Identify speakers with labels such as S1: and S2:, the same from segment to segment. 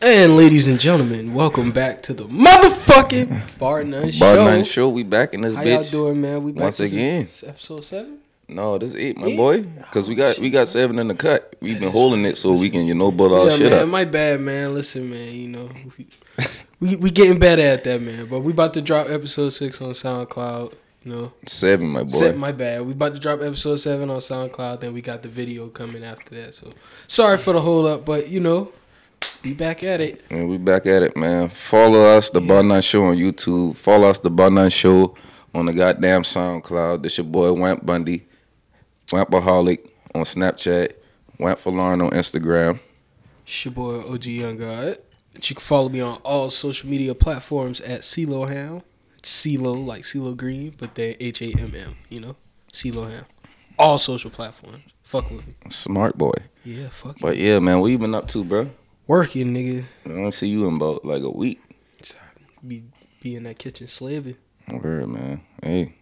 S1: And ladies and gentlemen, welcome back to the motherfucking Bar None Show.
S2: Bar none show. We back in this
S1: How
S2: bitch.
S1: y'all doing, man? We back
S2: Once
S1: This is
S2: again.
S1: episode seven.
S2: No, this eight, my
S1: Yeah.
S2: boy. Cause we
S1: Oh,
S2: got we got seven in the cut. We've been holding it so we can you know butt our
S1: yeah,
S2: shit
S1: man.
S2: up.
S1: My bad, man. Listen, man. You know, we, we we getting better at that, man. But we about to drop episode six on SoundCloud. You know,
S2: Seven, my boy.
S1: Set, my bad. We about to drop episode seven on SoundCloud. Then we got the video coming after that. So sorry for the hold up, but you know, be back at it.
S2: And we back at it, man. Follow us, the Bar None Show on YouTube. Follow us, the Bar None Show on the goddamn SoundCloud. This your boy Wamp Bundy, Wampaholic on Snapchat, Wamp for Lauren on Instagram.
S1: It's your boy OG Young God. You can follow me on all social media platforms at CeeLo Ham. CeeLo like CeeLo Green, but then H A M M. You know, CeeLo Ham. All social platforms. Fuck with me.
S2: Smart boy.
S1: Yeah, fuck
S2: But
S1: you.
S2: yeah, man, what you been up to, bro?
S1: Working, nigga.
S2: I don't see you in about like a week.
S1: Be be in that kitchen slaving.
S2: Word, man. Hey,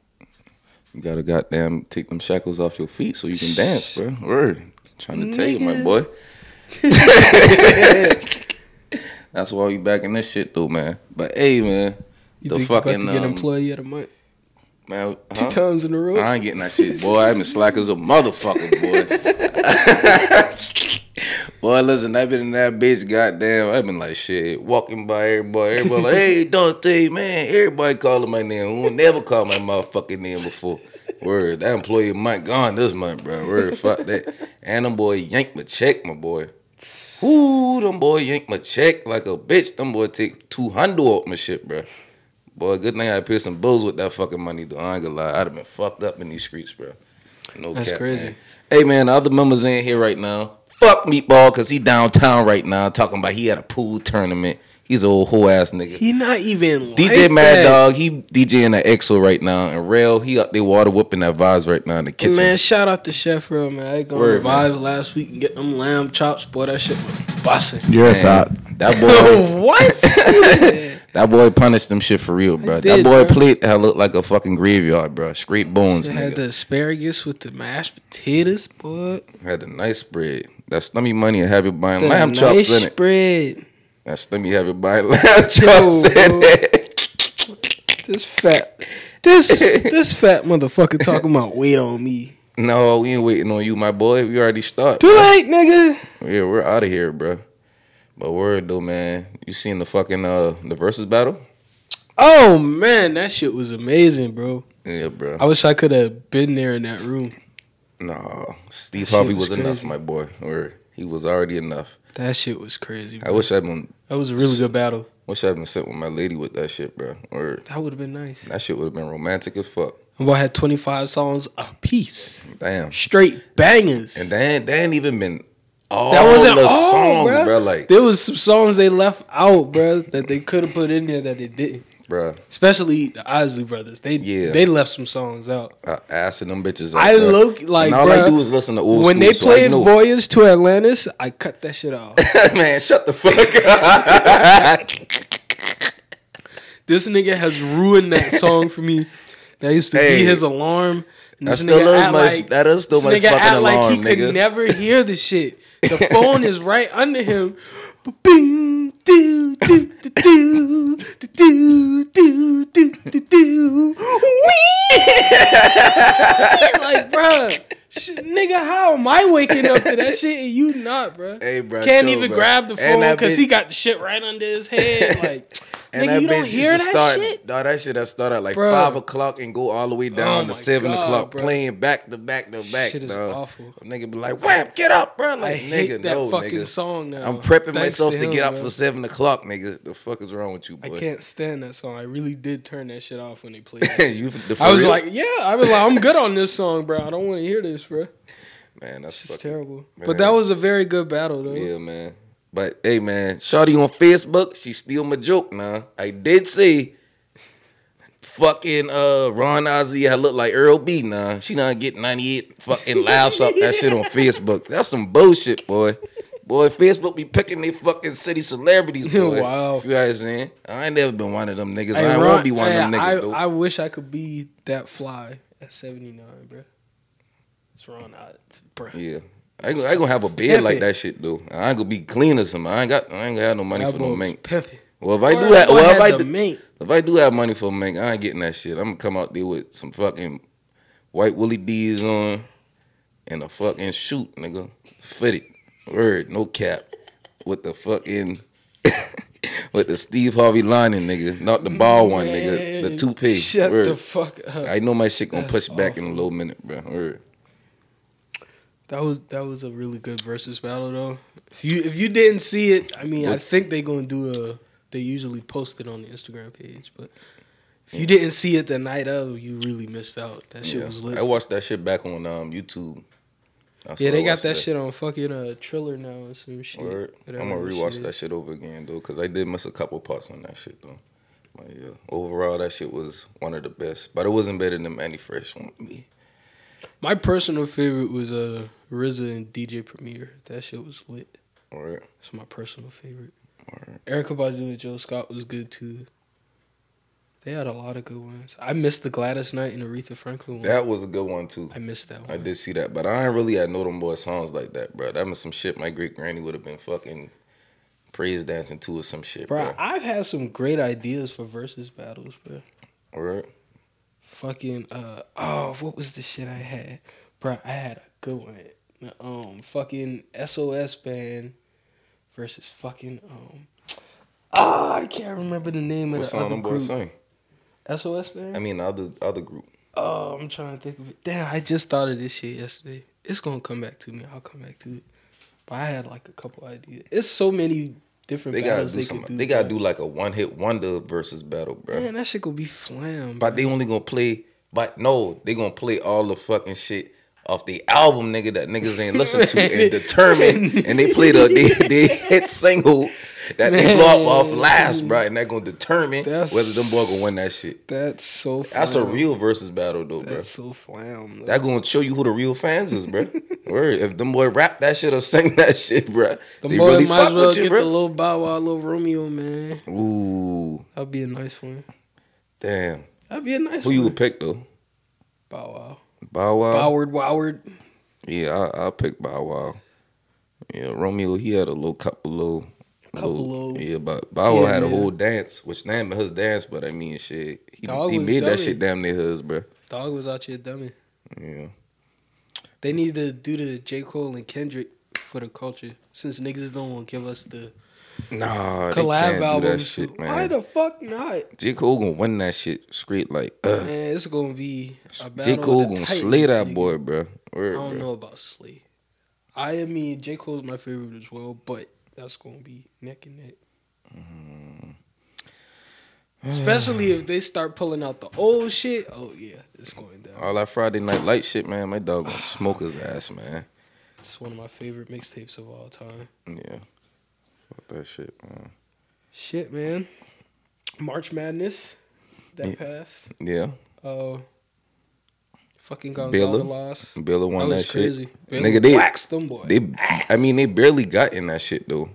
S2: you gotta goddamn take them shackles off your feet so you can dance, bro. Word. Trying to tell you, my
S1: Nigga.
S2: boy. That's why we back in this shit though, man. But hey, man,
S1: You
S2: The
S1: think you about
S2: fucking,
S1: to get
S2: um,
S1: employee of the month
S2: man,
S1: two
S2: huh?
S1: times in a row?
S2: I ain't getting that shit, boy. I've been slack as a motherfucker, boy. boy, listen, I've been in that bitch, goddamn. I've been like shit, walking by everybody. Everybody like, hey, Dante, man. Everybody calling my name. Who never called my motherfucking name before. Word, that employee might gone this month, bro. Word, fuck that. And them boy yanked my check, my boy. Ooh, them boy yanked my check like a bitch. Them boy take two hundred off my shit, bro. Boy, good thing I paid some bills with that fucking money, though. I ain't gonna lie. I'd have been fucked up in these streets, bro. No
S1: That's
S2: cap,
S1: crazy.
S2: man. Hey, man, the other members in here right now. Fuck Meatball, because he downtown right now talking about he had a pool tournament. He's an old whole ass nigga.
S1: He not even
S2: DJ
S1: like
S2: Mad
S1: that.
S2: Dog, he DJing at EXO right now. And Rail, he up there water whooping that vibes right now in the kitchen.
S1: Man, shout out to Chef Real, man. I gonna
S2: Word, man.
S1: revive last week and get them lamb chops. Boy, that shit was bussin'.
S3: You're
S2: Man,
S3: a thought.
S2: That boy,
S1: what?
S2: that boy punished them shit for real, bro.
S1: did,
S2: that boy
S1: bro.
S2: played that looked like a fucking graveyard, bro. Straight bones,
S1: They
S2: nigga.
S1: had the asparagus with the mashed potatoes, boy.
S2: Had a nice spread. That stummy money and have you buying
S1: The
S2: lamb
S1: nice
S2: chops in it.
S1: spread.
S2: That stummy have you buying lamb chops in
S1: bro.
S2: it.
S1: This fat, this this fat motherfucker talking about wait on me.
S2: No, we ain't waiting on you, my boy. We already start.
S1: Too late, nigga.
S2: Yeah, we're out of here, bro. But word though, man. You seen the fucking uh the versus battle?
S1: Oh man, that shit was amazing, bro.
S2: Yeah, bro.
S1: I wish I could have been there in that room.
S2: No, Steve
S1: shit
S2: Harvey
S1: was
S2: was, enough,
S1: crazy.
S2: my boy. Word. He was already enough.
S1: That shit was crazy.
S2: I
S1: Bro.
S2: wish I'd been
S1: That was a really good battle.
S2: wish I'd been sent with my lady with that shit, bro. Word.
S1: That would have been nice.
S2: That shit would have been romantic as fuck.
S1: Well, I had twenty five songs a piece.
S2: Damn.
S1: straight bangers.
S2: And they ain't, they ain't even been all
S1: that wasn't
S2: the
S1: all,
S2: songs,
S1: bruh.
S2: bro. Like,
S1: there was some songs they left out, bro, that they could have put in there that they didn't.
S2: bro,
S1: Especially the Isley Brothers. They
S2: Yeah.
S1: they left some songs out.
S2: I asking them bitches.
S1: I
S2: bruh.
S1: look like,
S2: and all
S1: bruh,
S2: I do is listen to old
S1: when
S2: school,
S1: they
S2: so I
S1: played
S2: know.
S1: Voyage to Atlantis, I cut that shit off.
S2: man, shut the fuck up.
S1: this nigga has ruined that song for me. That used to
S2: Hey.
S1: be his alarm. And
S2: That
S1: this
S2: still
S1: nigga
S2: is
S1: act
S2: my-
S1: like,
S2: that is still
S1: this
S2: my
S1: nigga
S2: fucking
S1: act like he
S2: alarm,
S1: could
S2: nigga.
S1: never hear the shit. The phone is right under him. Bing, do, do, do, do, do, do, do, do, do, Wee! Like, bro, shit, nigga, how am I waking up to that shit and you not, bro?
S2: Hey, bruh,
S1: Can't
S2: chill,
S1: even
S2: bruh.
S1: grab the
S2: And
S1: phone
S2: that
S1: because
S2: bitch-
S1: he got the shit right under his head. Like,
S2: And
S1: nigga, you don't
S2: bitch
S1: hear
S2: used
S1: that
S2: to start,
S1: shit.
S2: No, that shit that start at like
S1: Bruh. Oh
S2: five o'clock and go all the way down
S1: my
S2: to seven
S1: God,
S2: o'clock,
S1: bruh.
S2: playing back to back to back.
S1: Shit is
S2: dawg.
S1: awful.
S2: Nigga be like, "Wham, get up, bro!" Like,
S1: I
S2: nigga,
S1: hate that
S2: no,
S1: fucking
S2: nigga.
S1: song now.
S2: I'm prepping
S1: Thanks
S2: myself to,
S1: him,
S2: get up
S1: bro.
S2: for seven o'clock, nigga. The fuck is wrong with you,
S1: I
S2: boy?
S1: can't stand that song. I really did turn that shit off when they played. it.
S2: you, the, for
S1: I was
S2: real?
S1: like, yeah, I was like, I'm good on this song, bro. I don't want to hear this, bro.
S2: man, that's
S1: It's just
S2: fucking-
S1: terrible.
S2: man.
S1: But that was a very good battle, though.
S2: Yeah, man. But hey, man, Shawty on Facebook, she steal my joke now. I did say, fucking uh, Ron Ozzy, I look like Earl B now. She not get 98 fucking laughs off that shit on Facebook. That's some bullshit, boy. Boy, Facebook be picking they fucking city celebrities, boy.
S1: Wow.
S2: If you guys saying? I ain't never been one of them niggas.
S1: Hey,
S2: I ain't
S1: Ron-
S2: want to be one
S1: hey,
S2: of them niggas,
S1: I,
S2: though.
S1: I wish I could be that fly at 79, bro. It's Ron, I, bro.
S2: yeah. I ain't, gonna- I ain't gonna have a bed
S1: Pimpin'.
S2: like that shit though. I ain't gonna be clean or something. I ain't got. I ain't gonna have no money
S1: Y'all
S2: for no
S1: boys
S2: mink.
S1: pimping.
S2: Well, if I
S1: Or
S2: do that,
S1: if I
S2: well, if
S1: had
S2: I
S1: the
S2: do,
S1: mink.
S2: if I do have money for mink, I ain't getting that shit. I'm gonna come out there with some fucking white woolly D's on and a fucking shoot, nigga, fitted, word, no cap, with the fucking. With the Steve Harvey lining, nigga, not the ball one, nigga, the
S1: Man,
S2: toupee.
S1: Shut
S2: word.
S1: the fuck up.
S2: I know my shit gonna
S1: That's
S2: push back in a
S1: awful.
S2: little minute, bro. Word.
S1: That was that was a really good versus battle though. If you if you didn't see it, I mean, I
S2: What-
S1: think they gonna do a. They usually post it on the Instagram page, but if you didn't see it the night of, you really missed out. That shit
S2: Yeah.
S1: was lit.
S2: I watched that shit back on um YouTube. That's
S1: yeah,
S2: what I
S1: they got
S2: watched
S1: that shit on fucking uh Triller now and some shit.
S2: Word. I'm
S1: Whatever
S2: gonna
S1: that
S2: rewatch
S1: shit
S2: that
S1: is.
S2: shit over again though, cause I did miss a couple parts on that shit though. But yeah, overall that shit was one of the best, but it wasn't better than any fresh one to me.
S1: My personal favorite was uh RZA and DJ Premier. That shit was lit.
S2: Word.
S1: It's my personal favorite.
S2: Word.
S1: Erica Badu and Joe Scott was good too. They had a lot of good ones. I missed the Gladys Knight and Aretha Franklin one.
S2: That was a good one too.
S1: I missed that one.
S2: I did see that, but I ain't really had no them boy songs like that, bro. That was some shit my great granny would have been fucking praise dancing to or some shit,
S1: Bro,
S2: bro.
S1: I've had some great ideas for versus battles, bro.
S2: Word.
S1: Fucking uh oh, what was the shit I had? Bro, I had a good one. Um fucking SOS band versus fucking um Ah, I can't remember the name of
S2: What
S1: the
S2: song
S1: other
S2: them boys
S1: group.
S2: sing?
S1: SOS band?
S2: I mean, the other other group.
S1: oh, I'm trying to think of it. Damn, I just thought of this shit yesterday. It's gonna come back to me. I'll come back to it. But I had like a couple ideas. It's so many different
S2: They gotta
S1: battles
S2: do
S1: they
S2: some.
S1: could do.
S2: they gotta
S1: bruh.
S2: do like a one hit wonder versus battle, bro.
S1: Man, that shit gonna be flam.
S2: But
S1: bruh.
S2: they only gonna play. But no, they gonna play all the fucking shit off the album, nigga. That niggas ain't listen to and determine. And they play the they, they hit single that they blow up off
S1: Man.
S2: last, bro. And that gonna determine
S1: That's-
S2: whether them boy gonna win that shit.
S1: That's so. Flam.
S2: That's a real versus battle though, bro.
S1: That's so flam.
S2: That gonna show you who the real fans is, bro. Word. If them boy rap that shit or sing that shit, bro,
S1: the
S2: they
S1: boy
S2: really
S1: might
S2: fuck
S1: as well
S2: with you,
S1: get the
S2: bro.
S1: little Bow Wow, little Romeo, man.
S2: Ooh,
S1: That'd be a nice one.
S2: damn.
S1: That'd be a nice
S2: Who
S1: one.
S2: you would pick though?
S1: Bow Wow,
S2: Bow Wow.
S1: Boward, Woward.
S2: Yeah, I, I pick Bow Wow. Yeah, Romeo, he had a little couple little.
S1: Couple little-
S2: yeah, but Bow Wow
S1: Yeah,
S2: had a
S1: man.
S2: whole dance, which damn his dance, but I mean shit, he,
S1: Dog
S2: he
S1: was
S2: made that
S1: dummy.
S2: shit damn near his, bro.
S1: Dog was out here dummy.
S2: Yeah,
S1: They need to do the J Cole and Kendrick for the culture, since niggas don't want to give us the
S2: nah, they
S1: collab
S2: can't do that
S1: albums.
S2: shit,
S1: Why
S2: man.
S1: the fuck not?
S2: J Cole gonna win that shit straight, like uh,
S1: Man, it's gonna be a battle.
S2: J Cole
S1: of the
S2: gonna
S1: titans,
S2: slay that
S1: nigga.
S2: boy, bro. Word,
S1: I don't
S2: bro.
S1: know about Slay. I mean, J. Cole's my favorite as well, but that's going to be neck and neck. Especially if they start pulling out the old shit. Oh, yeah, it's going down.
S2: All that Friday Night Light shit, man. My dog gonna smoke his ass, man.
S1: It's one of my favorite mixtapes of all time.
S2: Yeah, fuck that shit, man.
S1: Shit, man. March Madness. That
S2: Yeah.
S1: passed.
S2: Yeah,
S1: Uh, fucking Gonzalo
S2: Baylor
S1: lost.
S2: Billa
S1: That
S2: won that,
S1: was
S2: shit.
S1: crazy.
S2: Nigga,
S1: Baylor
S2: they-
S1: waxed them boy.
S2: They, I mean, they barely got in that shit though.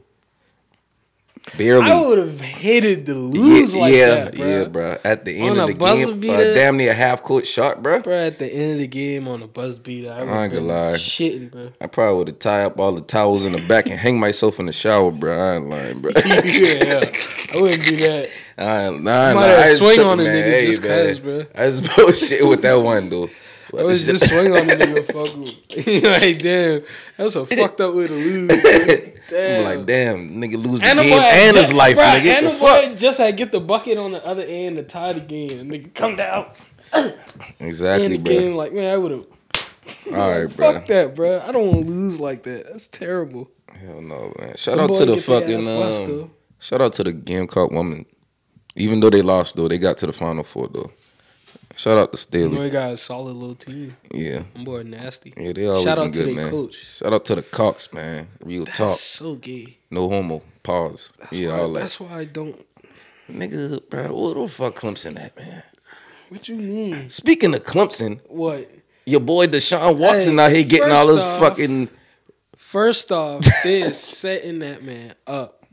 S2: Barely.
S1: I would have hated to lose like
S2: yeah,
S1: that, bro.
S2: yeah, bro. At the
S1: On
S2: end
S1: a
S2: of the
S1: buzzer
S2: game, uh,
S1: beater.
S2: damn near half court shot, bro.
S1: Bro, at the end of the game on a buzz beat, I
S2: I ain't
S1: was
S2: gonna lie.
S1: shitting, bro.
S2: I probably would have tied up all the towels in the back and hang myself in the shower, bro. I ain't lying, bro. I
S1: yeah, I wouldn't do that.
S2: ain't lying. I
S1: Might have
S2: just
S1: swing
S2: tripping,
S1: on a
S2: man.
S1: nigga
S2: Hey,
S1: just
S2: man.
S1: 'cause, bro.
S2: I just bullshit with that one, though.
S1: I was just swing on the nigga, fuck with. like, damn, that's a fucked up way to lose. bro.
S2: I'm
S1: Damn.
S2: like, damn, nigga lose the
S1: And the
S2: game
S1: boy
S2: and
S1: just-
S2: his life,
S1: bruh,
S2: nigga.
S1: And
S2: The
S1: the
S2: fuck?
S1: boy just had get the bucket on the other end to tie the game. Nigga, come down in
S2: Exactly,
S1: the
S2: bro.
S1: game. Like, man, I would have.
S2: All right, bro.
S1: Fuck that, bro. I don't want to lose like that. That's terrible.
S2: Hell no, man. Shout
S1: Them
S2: out
S1: boy
S2: to the
S1: get their ass
S2: fucking
S1: bust,
S2: um,
S1: though.
S2: shout out to the Gamecock woman. Even though they lost though, they got to the final four though. Shout out to Staley.
S1: Boy got a solid little team.
S2: Yeah.
S1: Boy, nasty.
S2: Yeah, they always
S1: Shout
S2: been
S1: out to
S2: good,
S1: their
S2: man.
S1: coach.
S2: Shout out to the Cox, man. Real
S1: That's
S2: talk.
S1: so gay.
S2: No homo. Pause.
S1: That's
S2: yeah,
S1: why,
S2: all that.
S1: That's why I don't.
S2: Nigga, bro, what the fuck Clemson at, man?
S1: What you mean?
S2: Speaking of Clemson,
S1: What?
S2: your boy Deshaun Watson
S1: Hey,
S2: out here getting all
S1: first
S2: this
S1: off-
S2: fucking
S1: First off, they're setting that man up.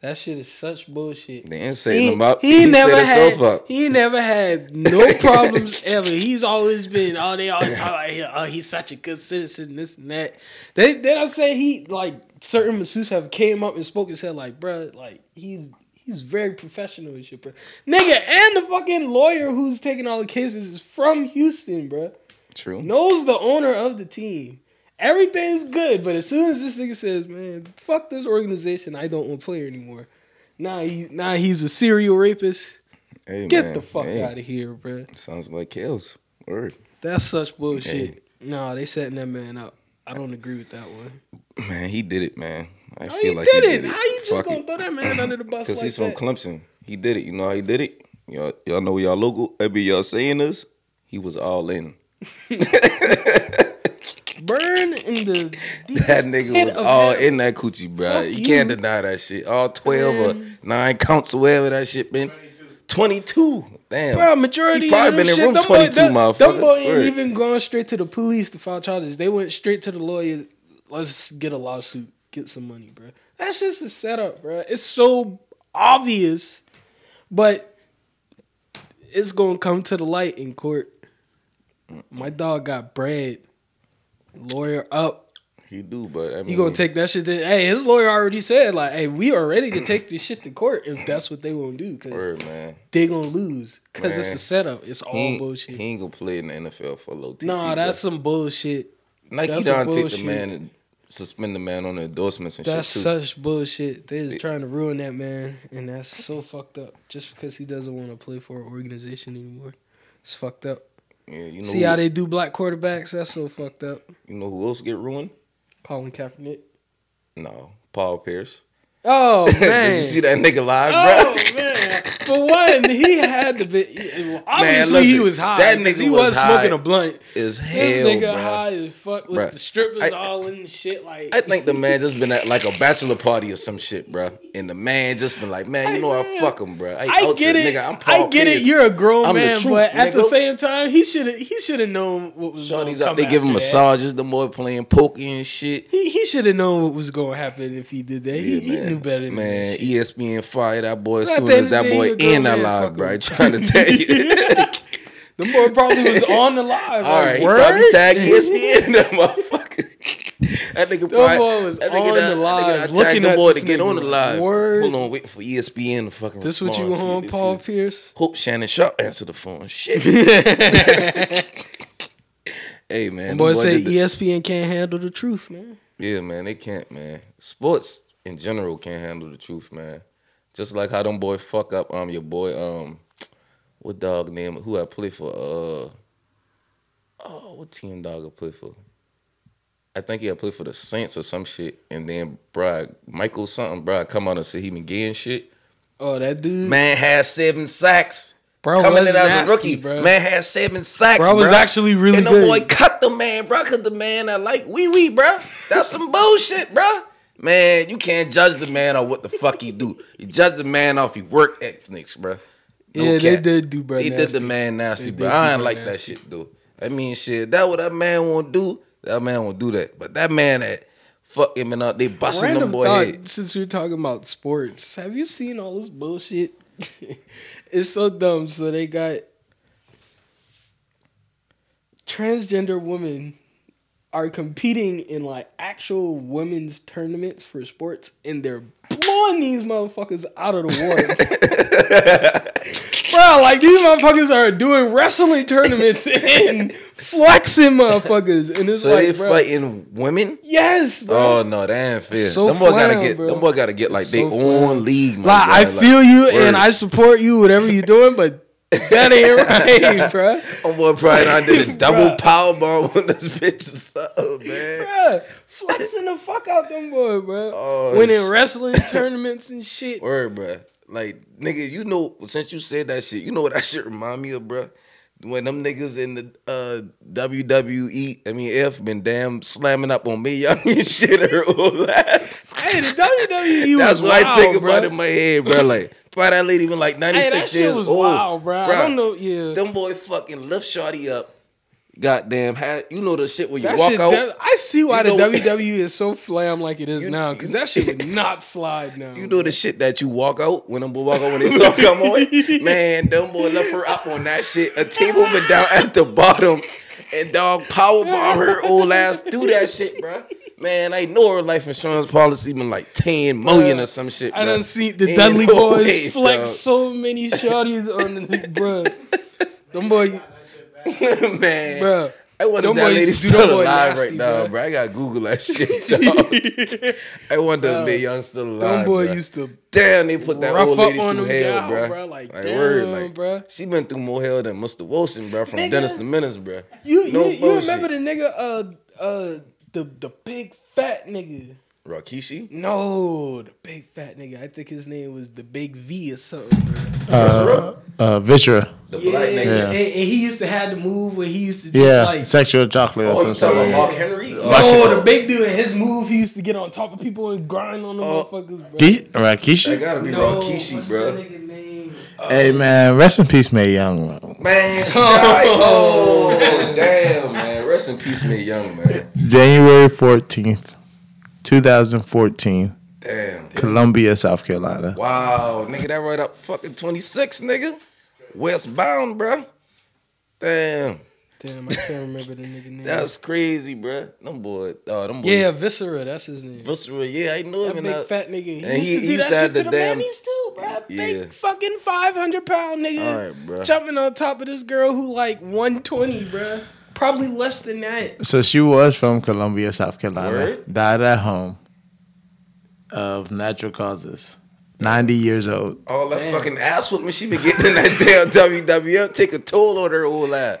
S1: That shit is such bullshit.
S2: They ain't
S1: He,
S2: setting him up.
S1: he
S2: He,
S1: never
S2: set
S1: had.
S2: himself up.
S1: He never had no problems ever. He's always been. Oh, they always talk like, oh, he's such a good citizen. This and that. They then I say he like certain masseuse have came up and spoke and said like, bruh, like he's he's very professional and shit, bro. Nigga, and the fucking lawyer who's taking all the cases is from Houston, bruh.
S2: True.
S1: knows the owner of the team. Everything's good, but as soon as this nigga says, "Man, fuck this organization, I don't want to play anymore," now he now he's a serial rapist.
S2: Hey,
S1: Get
S2: man.
S1: the fuck
S2: Hey,
S1: out of here, bruh.
S2: Sounds like Kels. Word.
S1: That's such bullshit. Nah, they setting that man up. I don't agree with that one.
S2: Man, he did it, man. I
S1: How
S2: feel
S1: you
S2: like
S1: Oh, did,
S2: he
S1: it? How you just
S2: Fuck
S1: gonna
S2: it.
S1: throw that man under the bus
S2: Because
S1: like
S2: he's from
S1: that?
S2: Clemson. He did it. You know how he did it? Y'all, y'all know y'all local. I be y'all saying this. He was all in.
S1: Burn in the deep
S2: That nigga
S1: pit
S2: was
S1: of
S2: all
S1: hell.
S2: in that coochie, bro.
S1: Fuck
S2: You, can't
S1: you.
S2: deny that shit. All 12
S1: Man.
S2: or 9 counts, or whatever that shit been. 22. Damn.
S1: Bro, majority
S2: He probably
S1: of them
S2: been in
S1: shit,
S2: room
S1: them boy,
S2: 22,
S1: them, Them
S2: motherfucker.
S1: boy ain't
S2: Word.
S1: even going straight to the police to file charges. They went straight to the lawyer. Let's get a lawsuit, get some money, bro. That's just a setup, bro. It's so obvious, but it's gonna come to the light in court. My dog got bread. Lawyer up.
S2: He do, but I mean,
S1: You gonna take that shit? To, hey, his lawyer already said like, hey, we are ready to take this shit to court if that's what they want to do. Cause
S2: Word, man.
S1: they gonna lose because it's
S2: Man.
S1: a setup. It's all
S2: He ain't,
S1: bullshit.
S2: he ain't gonna play in the NFL for a little TT.
S1: nah, that's some bullshit.
S2: Nike
S1: that's
S2: don't
S1: some
S2: take the
S1: bullshit.
S2: man and suspend the man on the endorsements and
S1: That's
S2: shit too.
S1: such bullshit. They're just trying to ruin that man, and that's so fucked up. Just because he doesn't want to play for an organization anymore, it's fucked up.
S2: yeah, you know,
S1: See
S2: who,
S1: how they do black quarterbacks? That's so fucked up.
S2: you know who else get ruined?
S1: Colin Kaepernick.
S2: No, Paul Pierce.
S1: Oh man.
S2: Did you see that nigga live,
S1: Oh
S2: bro?
S1: man! For one, he had to be. Obviously, he
S2: listen,
S1: was high.
S2: that
S1: 'cause
S2: nigga
S1: he was,
S2: was
S1: smoking
S2: high.
S1: a blunt. This
S2: Is hell,
S1: nigga
S2: bro.
S1: high as fuck with
S2: Bruh.
S1: the strippers
S2: I-
S1: all in and shit. Like
S2: I think the man just been at like a bachelor party or some shit, bro. And the man just been like, man, you know I
S1: man,
S2: fuck him, bro. Hey,
S1: I
S2: Ultra,
S1: get it.
S2: Nigga, I'm Paul
S1: I get it.
S2: Pierce.
S1: You're a grown
S2: I'm the
S1: man,
S2: truth,
S1: but at the
S2: nigga.
S1: same time, he should have he should have known what was going
S2: Shawty's
S1: to
S2: out
S1: happen.
S2: there giving massages. The boy playing poker and shit.
S1: He he should have known what was going to happen if he did that. he,
S2: Yeah,
S1: he knew better than
S2: man. E
S1: that. shit.
S2: ESPN fired that boy as
S1: But at
S2: soon
S1: the end
S2: as
S1: of
S2: that
S1: the day,
S2: boy
S1: you're a grown
S2: in that
S1: man,
S2: live,
S1: fuck
S2: bro.
S1: him.
S2: Trying to tell you.
S1: The boy probably was on the live.
S2: All
S1: like,
S2: right,
S1: Word?
S2: he probably tagged E ESPN that motherfucker. That nigga probably
S1: boy was
S2: that
S1: on
S2: nigga done-
S1: the
S2: that nigga
S1: live,
S2: done tagged
S1: looking
S2: the
S1: at
S2: boy to
S1: this
S2: get
S1: nigga
S2: on the
S1: like,
S2: live.
S1: word.
S2: Hold on, waiting for E ESPN to fucking.
S1: This what you
S2: respond. See,
S1: on,
S2: this
S1: Paul
S2: is-
S1: Pierce?
S2: Hope Shannon Sharp answer the phone. Shit.
S1: Boy,
S2: hey man, them
S1: say E
S2: did the-
S1: ESPN can't handle the truth, man.
S2: yeah man, they can't man. Sports in general can't handle the truth, man. Just like how them boy fuck up um your boy um what dog name who I play for uh oh what team dog I play for. I think he had played for the Saints or some shit, and then Brad Michael something Brad come out and say he been gay and shit.
S1: Oh, that dude,
S2: Man had seven sacks.
S1: bro,
S2: Coming in
S1: was
S2: as
S1: nasty,
S2: a rookie,
S1: bro.
S2: man had seven sacks.
S1: Bro, I was actually really
S2: and the
S1: good.
S2: boy cut the man, bro. Cut the man. I like wee wee, bro. That's some bullshit, bro. Man, you can't judge the man on what the fuck he do. You judge the man off he work ethics, bro. No
S1: yeah, they
S2: cap.
S1: did do, bro.
S2: They did the
S1: nasty.
S2: man nasty,
S1: They
S2: bro.
S1: did
S2: I
S1: do
S2: ain't
S1: bro
S2: like that
S1: nasty.
S2: shit though. I mean, shit. That what that man won't do. That man won't do that. But that man that fuck him and up, they busting them
S1: Random
S2: boy
S1: thought,
S2: head.
S1: since we're talking about sports, have you seen all this bullshit? it's so dumb. So they got transgender women are competing in like actual women's tournaments for sports, and they're blowing these motherfuckers out of the water. Bro, like these motherfuckers are doing wrestling tournaments and flexing motherfuckers, and it's
S2: So
S1: like,
S2: they
S1: bro,
S2: fighting women.
S1: yes, bro.
S2: Oh no, that ain't fair.
S1: So
S2: them boy gotta
S1: flam,
S2: get
S1: bro.
S2: them boy gotta get like
S1: So
S2: their
S1: flam.
S2: own league. my
S1: Like,
S2: guy,
S1: I
S2: like,
S1: feel you
S2: word.
S1: and I support you, whatever you're doing, but that ain't right, bruh.
S2: Them boy probably I did a double
S1: Bruh.
S2: power bomb on this bitch or something, man.
S1: Bruh, flexing the fuck out them boy, bruh.
S2: Oh,
S1: Winning
S2: it's-
S1: wrestling tournaments and shit.
S2: Word, bruh. Like, nigga, you know, since you said that shit, you know what that shit remind me of, bruh? When them niggas in the uh, WWE, I mean, F been damn slamming up on me, young and shit her whole last.
S1: Hey, the WWE
S2: That's
S1: was
S2: what
S1: wild,
S2: I think about
S1: bruh.
S2: in my head, bruh. Like, probably that lady even like
S1: Hey,
S2: 96
S1: that shit
S2: years
S1: was
S2: old.
S1: wild, bruh. I
S2: Bruh,
S1: don't know, yeah.
S2: Them boy fucking lift Shorty up, Goddamn, had you know the shit where you
S1: That
S2: walk
S1: shit,
S2: out.
S1: that- I see why
S2: You
S1: the
S2: know-
S1: WWE is so flam like it is
S2: You-
S1: now because that shit would not slide now.
S2: You know the shit that you walk out when them boy walk out when they saw come on. Man, them boy left her up on that shit. A table but down at the bottom. And dog power bomb her old ass through that shit, bro. Man, I know her life insurance policy been like 10 million or some shit.
S1: I
S2: bruh.
S1: done seen the
S2: Ain't
S1: Dudley
S2: no
S1: boys
S2: way,
S1: flex
S2: dog.
S1: so many shorties on the bro. Them boy,
S2: Man.
S1: bro.
S2: I wonder if
S1: Them
S2: that
S1: boys-
S2: lady
S1: them
S2: still
S1: boy
S2: alive
S1: nasty,
S2: right now,
S1: bruh.
S2: bro. I gotta Google that shit. dog. I wonder if they young still alive.
S1: Them boy
S2: bruh.
S1: used to
S2: Damn, they put that
S1: Rough
S2: old
S1: up
S2: lady
S1: on
S2: through
S1: them
S2: hell,
S1: gal,
S2: bro.
S1: bruh. Like, damn, bruh.
S2: She been through more hell than Mr. Wilson, bro, from
S1: Nigga.
S2: Dennis the Menace, bro.
S1: You you, you remember the nigga uh uh the the big fat nigga? Uh,
S2: Rakishi?
S1: No, the big fat nigga. I think his name was the Big V or something. Bro.
S2: Viscera?
S3: Uh, Vitra.
S2: The
S1: yeah,
S2: black nigga.
S3: Yeah.
S1: And, and he used to have the move where he used to just
S3: Yeah,
S1: like.
S3: sexual chocolate
S2: Oh,
S3: or
S2: you
S3: something.
S2: talking
S3: like
S2: about
S3: that.
S2: Mark Henry?
S1: Oh, the big dude and his move, he used to get on top of people and grind on them
S2: Oh.
S1: motherfuckers, bro.
S3: Ki- Rakishi?
S2: that gotta be
S1: No,
S2: Rakishi,
S1: what's
S2: bro.
S1: that nigga name?
S3: Hey man, rest in peace, May Young.
S2: Man, she died. Oh, damn, man. Rest in peace, me young man.
S3: January fourteenth, two thousand fourteen,
S2: Damn.
S3: Columbia, South Carolina.
S2: Wow, nigga, that right up fucking 26, nigga. Westbound, bro. Damn.
S1: Damn, I can't remember the nigga name.
S2: That's crazy, bro. Them boy, oh, them boys.
S1: yeah, Viscera, that's his name.
S2: Viscera, yeah, I know
S1: That
S2: him.
S1: big
S2: and I-
S1: fat nigga. He
S2: and
S1: used
S2: he-
S1: to do
S2: he used
S1: that
S2: to have
S1: shit to
S2: the
S1: the
S2: damn-
S1: mammies too, bro.
S2: Yeah.
S1: Big fucking 500 pound
S2: All
S1: nigga.
S2: right, bro.
S1: Jumping on top of this girl who like 120, bro. Probably less than that.
S3: So she was from Columbia, South Carolina.
S2: Word?
S3: Died at home of natural causes. Ninety years old.
S2: All that fucking ass whooping she been getting in that damn WWF take a toll on her old ass.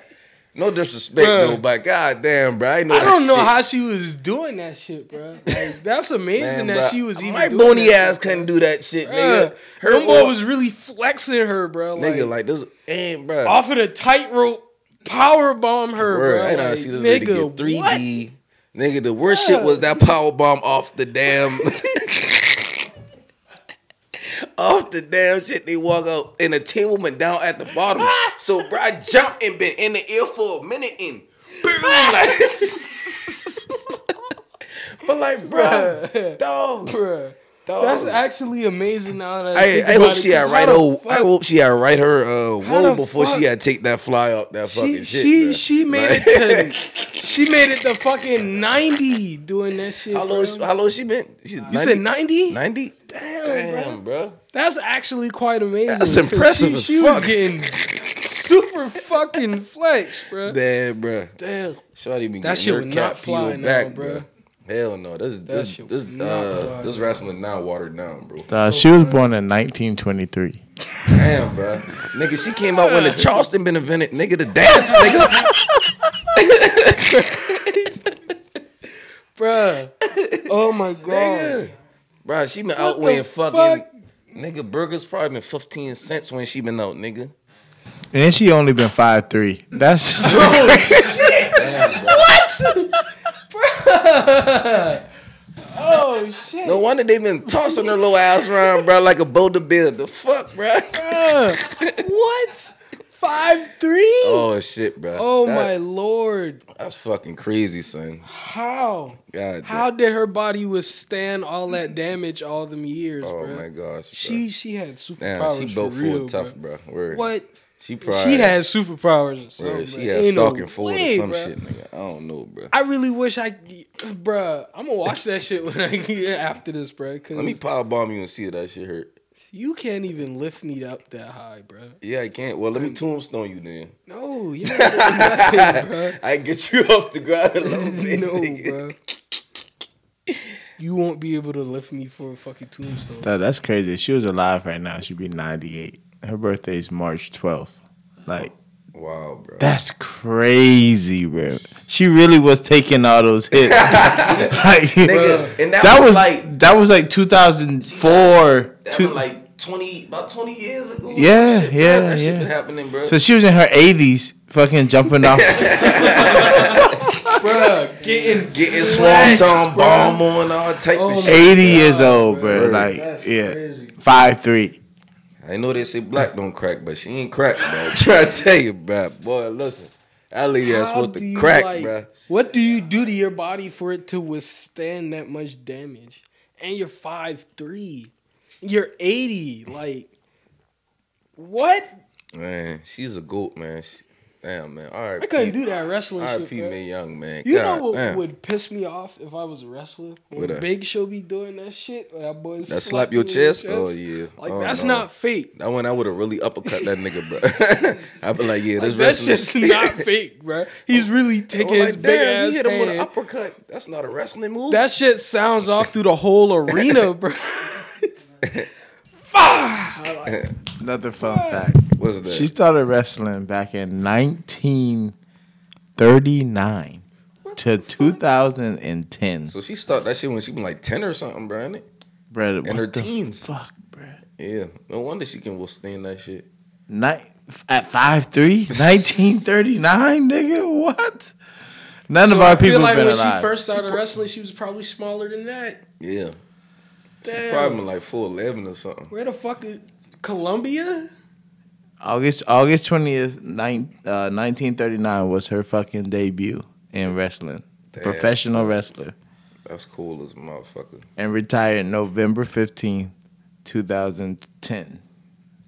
S2: No disrespect,
S1: Bruh.
S2: though, but goddamn, bro, I know.
S1: I don't
S2: that
S1: know
S2: shit.
S1: how she was doing that shit, bro. Like, that's amazing
S2: Man,
S1: that
S2: bruh,
S1: she was even.
S2: My
S1: doing
S2: bony
S1: that
S2: ass
S1: shit,
S2: couldn't do that shit,
S1: bruh.
S2: nigga. Her
S1: Them boy
S2: old-
S1: was really flexing her, bro. Like,
S2: nigga like this, and bro,
S1: off of the tightrope, power bomb her,
S2: Word,
S1: bro.
S2: I done
S1: Like,
S2: see this
S1: nigga,
S2: nigga get three
S1: what?
S2: D. Nigga, the worst shit was that power bomb off the damn, off the damn shit. They walk out and the table went down at the bottom. So bro, I jumped and been in the air for a minute and boom, like, but like bro,
S1: Bruh.
S2: dog,
S1: Bruh.
S2: dog.
S1: That's actually amazing. Now that I,
S2: Oh. I,
S1: think
S2: I
S1: about
S2: hope
S1: it,
S2: she
S1: 'cause
S2: had right
S1: how the
S2: her. I
S1: fuck-
S2: hope she had right her uh
S1: How the
S2: wound before
S1: fuck-
S2: she had take that fly off that
S1: she
S2: fucking
S1: she
S2: shit. bruh.
S1: she made
S2: Like-
S1: it to she made it to fucking ninety doing that shit.
S2: How
S1: bro.
S2: long? How long she been? She's
S1: you said ninety?
S2: ninety.
S1: Damn, bro.
S2: Damn, bro.
S1: That's actually quite amazing.
S2: That's
S1: 'cause
S2: impressive
S1: She,
S2: as
S1: she
S2: fuck.
S1: was getting super fucking flex, bro.
S2: Damn, bro.
S1: Damn.
S2: Shorty been
S1: That
S2: getting
S1: shit
S2: her
S1: would
S2: cap
S1: not fly
S2: peeled
S1: now,
S2: back,
S1: bro.
S2: bro. Hell no. This this
S1: shit
S2: this
S1: would not
S2: uh
S1: fly,
S2: this
S1: bro.
S2: wrestling now watered down, bro.
S3: Uh, she was born in nineteen twenty three.
S2: Damn, bro. Nigga, she came out when the Charleston been invented. Nigga, the dance, nigga.
S1: Bruh. Oh my god.
S2: Bro, she been
S1: What
S2: out
S1: the
S2: weighing fucking.
S1: fuck?
S2: Nigga, burgers probably been fifteen cents when she been out, nigga.
S3: And she only been five three. That's
S1: Oh shit.
S2: No wonder they been tossing her little ass around, bro, like a boulder build. The fuck, bro.
S1: Bruh. what? Five three? Oh,
S2: Oh shit, bro.
S1: my lord.
S2: my. That's fucking crazy, son.
S1: How?
S2: God.
S1: How did her body withstand all that damage all them years,
S2: Oh
S1: bro?
S2: my gosh.
S1: She she had superpowers.
S2: Damn,
S1: for
S2: she built
S1: real,
S2: full tough, bro. Word.
S1: What?
S2: She probably
S1: She had superpowers. or something,
S2: Bro, she
S1: bruh.
S2: had
S1: Ain't no
S2: stalking forward
S1: way,
S2: or some
S1: bruh.
S2: shit, nigga. I don't know, bro.
S1: I really wish I, bruh. I'm gonna watch that shit when I get after this, bruh. Cause
S2: Let me power bomb you and see if that shit hurt.
S1: you can't even lift me up that high, bruh.
S2: Yeah, I can't. Well, let me tombstone you then.
S1: No, you're not doing nothing, bruh.
S2: I get you off the ground. a little bit,
S1: no,
S2: nigga.
S1: bro. You won't be able to lift me for a fucking tombstone.
S3: that- that's crazy. If She was alive right now. She'd be ninety eight. Her birthday is March twelfth. Like
S2: Wow, bro.
S3: That's crazy, bro. She really was taking all those hits. like,
S2: Nigga, and
S3: that,
S2: that
S3: was,
S2: was
S3: like that was like 2004.
S2: That
S3: two-
S2: was like twenty, about twenty years ago.
S3: Yeah,
S2: Shit, bruh.
S3: yeah,
S2: That shit
S3: yeah.
S2: been happening, bro.
S3: so she was in her 80s, fucking jumping off.
S1: Bro, getting
S2: Getting
S1: Flex,
S2: swamped on,
S1: bro.
S2: bomb on, all type
S1: Oh
S2: of
S1: my-
S2: shit.
S3: 80 years old, bro.
S2: Word.
S3: Like,
S1: That's
S3: yeah,
S1: crazy.
S3: five three.
S2: I know they say black don't crack, but she ain't crack, bro. Try to tell you, bro. Boy, listen. That lady that's
S1: How
S2: supposed
S1: do
S2: to
S1: you,
S2: crack,
S1: like-
S2: bruh.
S1: What do you do to your body for it to withstand that much damage? And you're five three, you're eighty. Like what?
S2: Man, she's a goat, man. She, damn, man. All right.
S1: I couldn't do that wrestling shit.
S2: R.P.
S1: bruh.
S2: Mae Young, man.
S1: You
S2: God
S1: know what
S2: damn.
S1: would piss me off if I was a wrestler? When
S2: What that?
S1: Big Show be doing that shit, or that boy
S2: That
S1: slap
S2: slap
S1: you
S2: your
S1: in
S2: chest? Oh yeah.
S1: Like
S2: Oh,
S1: that's
S2: no.
S1: not fake.
S2: That one I would have really uppercut that nigga, bro. I'd be like, yeah,
S1: Like,
S2: this
S1: that's
S2: wrestling.
S1: just not fake, bro. He's really
S2: I'm
S1: taking his
S2: like,
S1: big
S2: damn,
S1: ass
S2: he hit him with an
S1: hand.
S2: uppercut. That's not a wrestling move.
S1: That shit sounds off through the whole arena, bro. Fuck!
S3: Another fun fact.
S2: What's that?
S3: She started wrestling back in 1939 to 2010.
S2: so she started that shit when she was like ten or something, bro. Ain't it?
S3: Brother,
S2: in
S3: what
S2: her
S3: the
S2: teens.
S3: fuck, bruh?
S2: Yeah. No wonder she can withstand that shit.
S3: Ni- at 5'3", 1939, nigga, what? None of our
S1: I feel
S3: people
S1: like
S3: been
S1: when
S3: alive.
S1: she first started wrestling, she was probably smaller than that.
S2: Yeah.
S1: Damn.
S2: Probably like four eleven or something.
S1: Where the fuck is Columbia?
S3: August August 20th, nine, uh, 1939 was her fucking debut in wrestling,
S2: Damn.
S3: professional wrestler,
S2: That's cool as a motherfucker.
S3: and retired November 15th, 2010,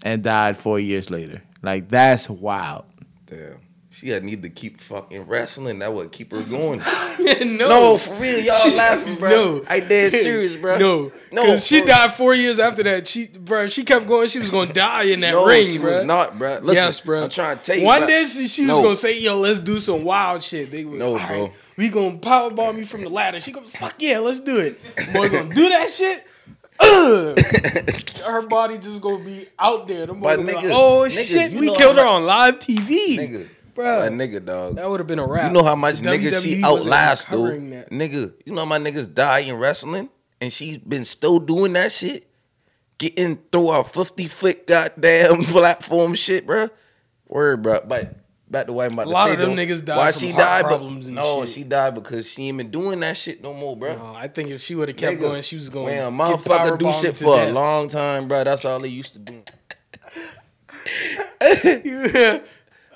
S3: and died four years later. Like, that's wild.
S2: Damn. She had need to keep fucking wrestling. That would keep her going.
S1: no.
S2: no, for real, y'all laughing, bro.
S1: No.
S2: I dead serious, bro.
S1: No,
S2: No,
S1: no. she
S2: for-
S1: died four years after that. She, bro, she kept going. She was gonna die in that
S2: no,
S1: ring,
S2: she
S1: bro.
S2: was not, bro. Listen,
S1: yes, bro.
S2: I'm trying to tell you.
S1: One
S2: bruh.
S1: day she, she was
S2: No.
S1: gonna say, "Yo, let's do some wild shit." They was,
S2: No,
S1: no,
S2: bro.
S1: we gonna powerbomb me from the ladder. She gonna, fuck yeah, let's do it. Boy, gonna do that shit. Ugh. her body just gonna be out there. Them boy
S2: But
S1: gonna be like,
S2: nigga,
S1: oh
S2: nigga,
S1: shit,
S2: you
S1: we
S2: know
S1: killed
S2: I'm
S1: her on live TV,
S2: nigga,
S1: bro.
S2: that nigga, dog.
S1: that would have been a wrap.
S2: You know how much niggas
S1: WWE
S2: she
S1: E wasn't
S2: outlasts,
S1: covering
S2: dude.
S1: that.
S2: Nigga, you know how my niggas die in wrestling, and she's been still doing that shit, getting through our fifty foot goddamn platform shit, bruh. Word, bruh. But back to why I'm about
S1: A lot
S2: to say,
S1: of them
S2: though,
S1: niggas died
S2: Why
S1: from
S2: she
S1: heart
S2: died? but-
S1: problems and
S2: no,
S1: shit.
S2: she died because she ain't been doing that shit no more, bruh.
S1: No, I think if she would have kept
S2: Nigga,
S1: going, she was going.
S2: When a
S1: get
S2: motherfucker do
S1: powerbombed
S2: shit
S1: to
S2: for a
S1: death.
S2: long time, bruh, that's all they used to do.
S1: yeah.
S2: Bruh,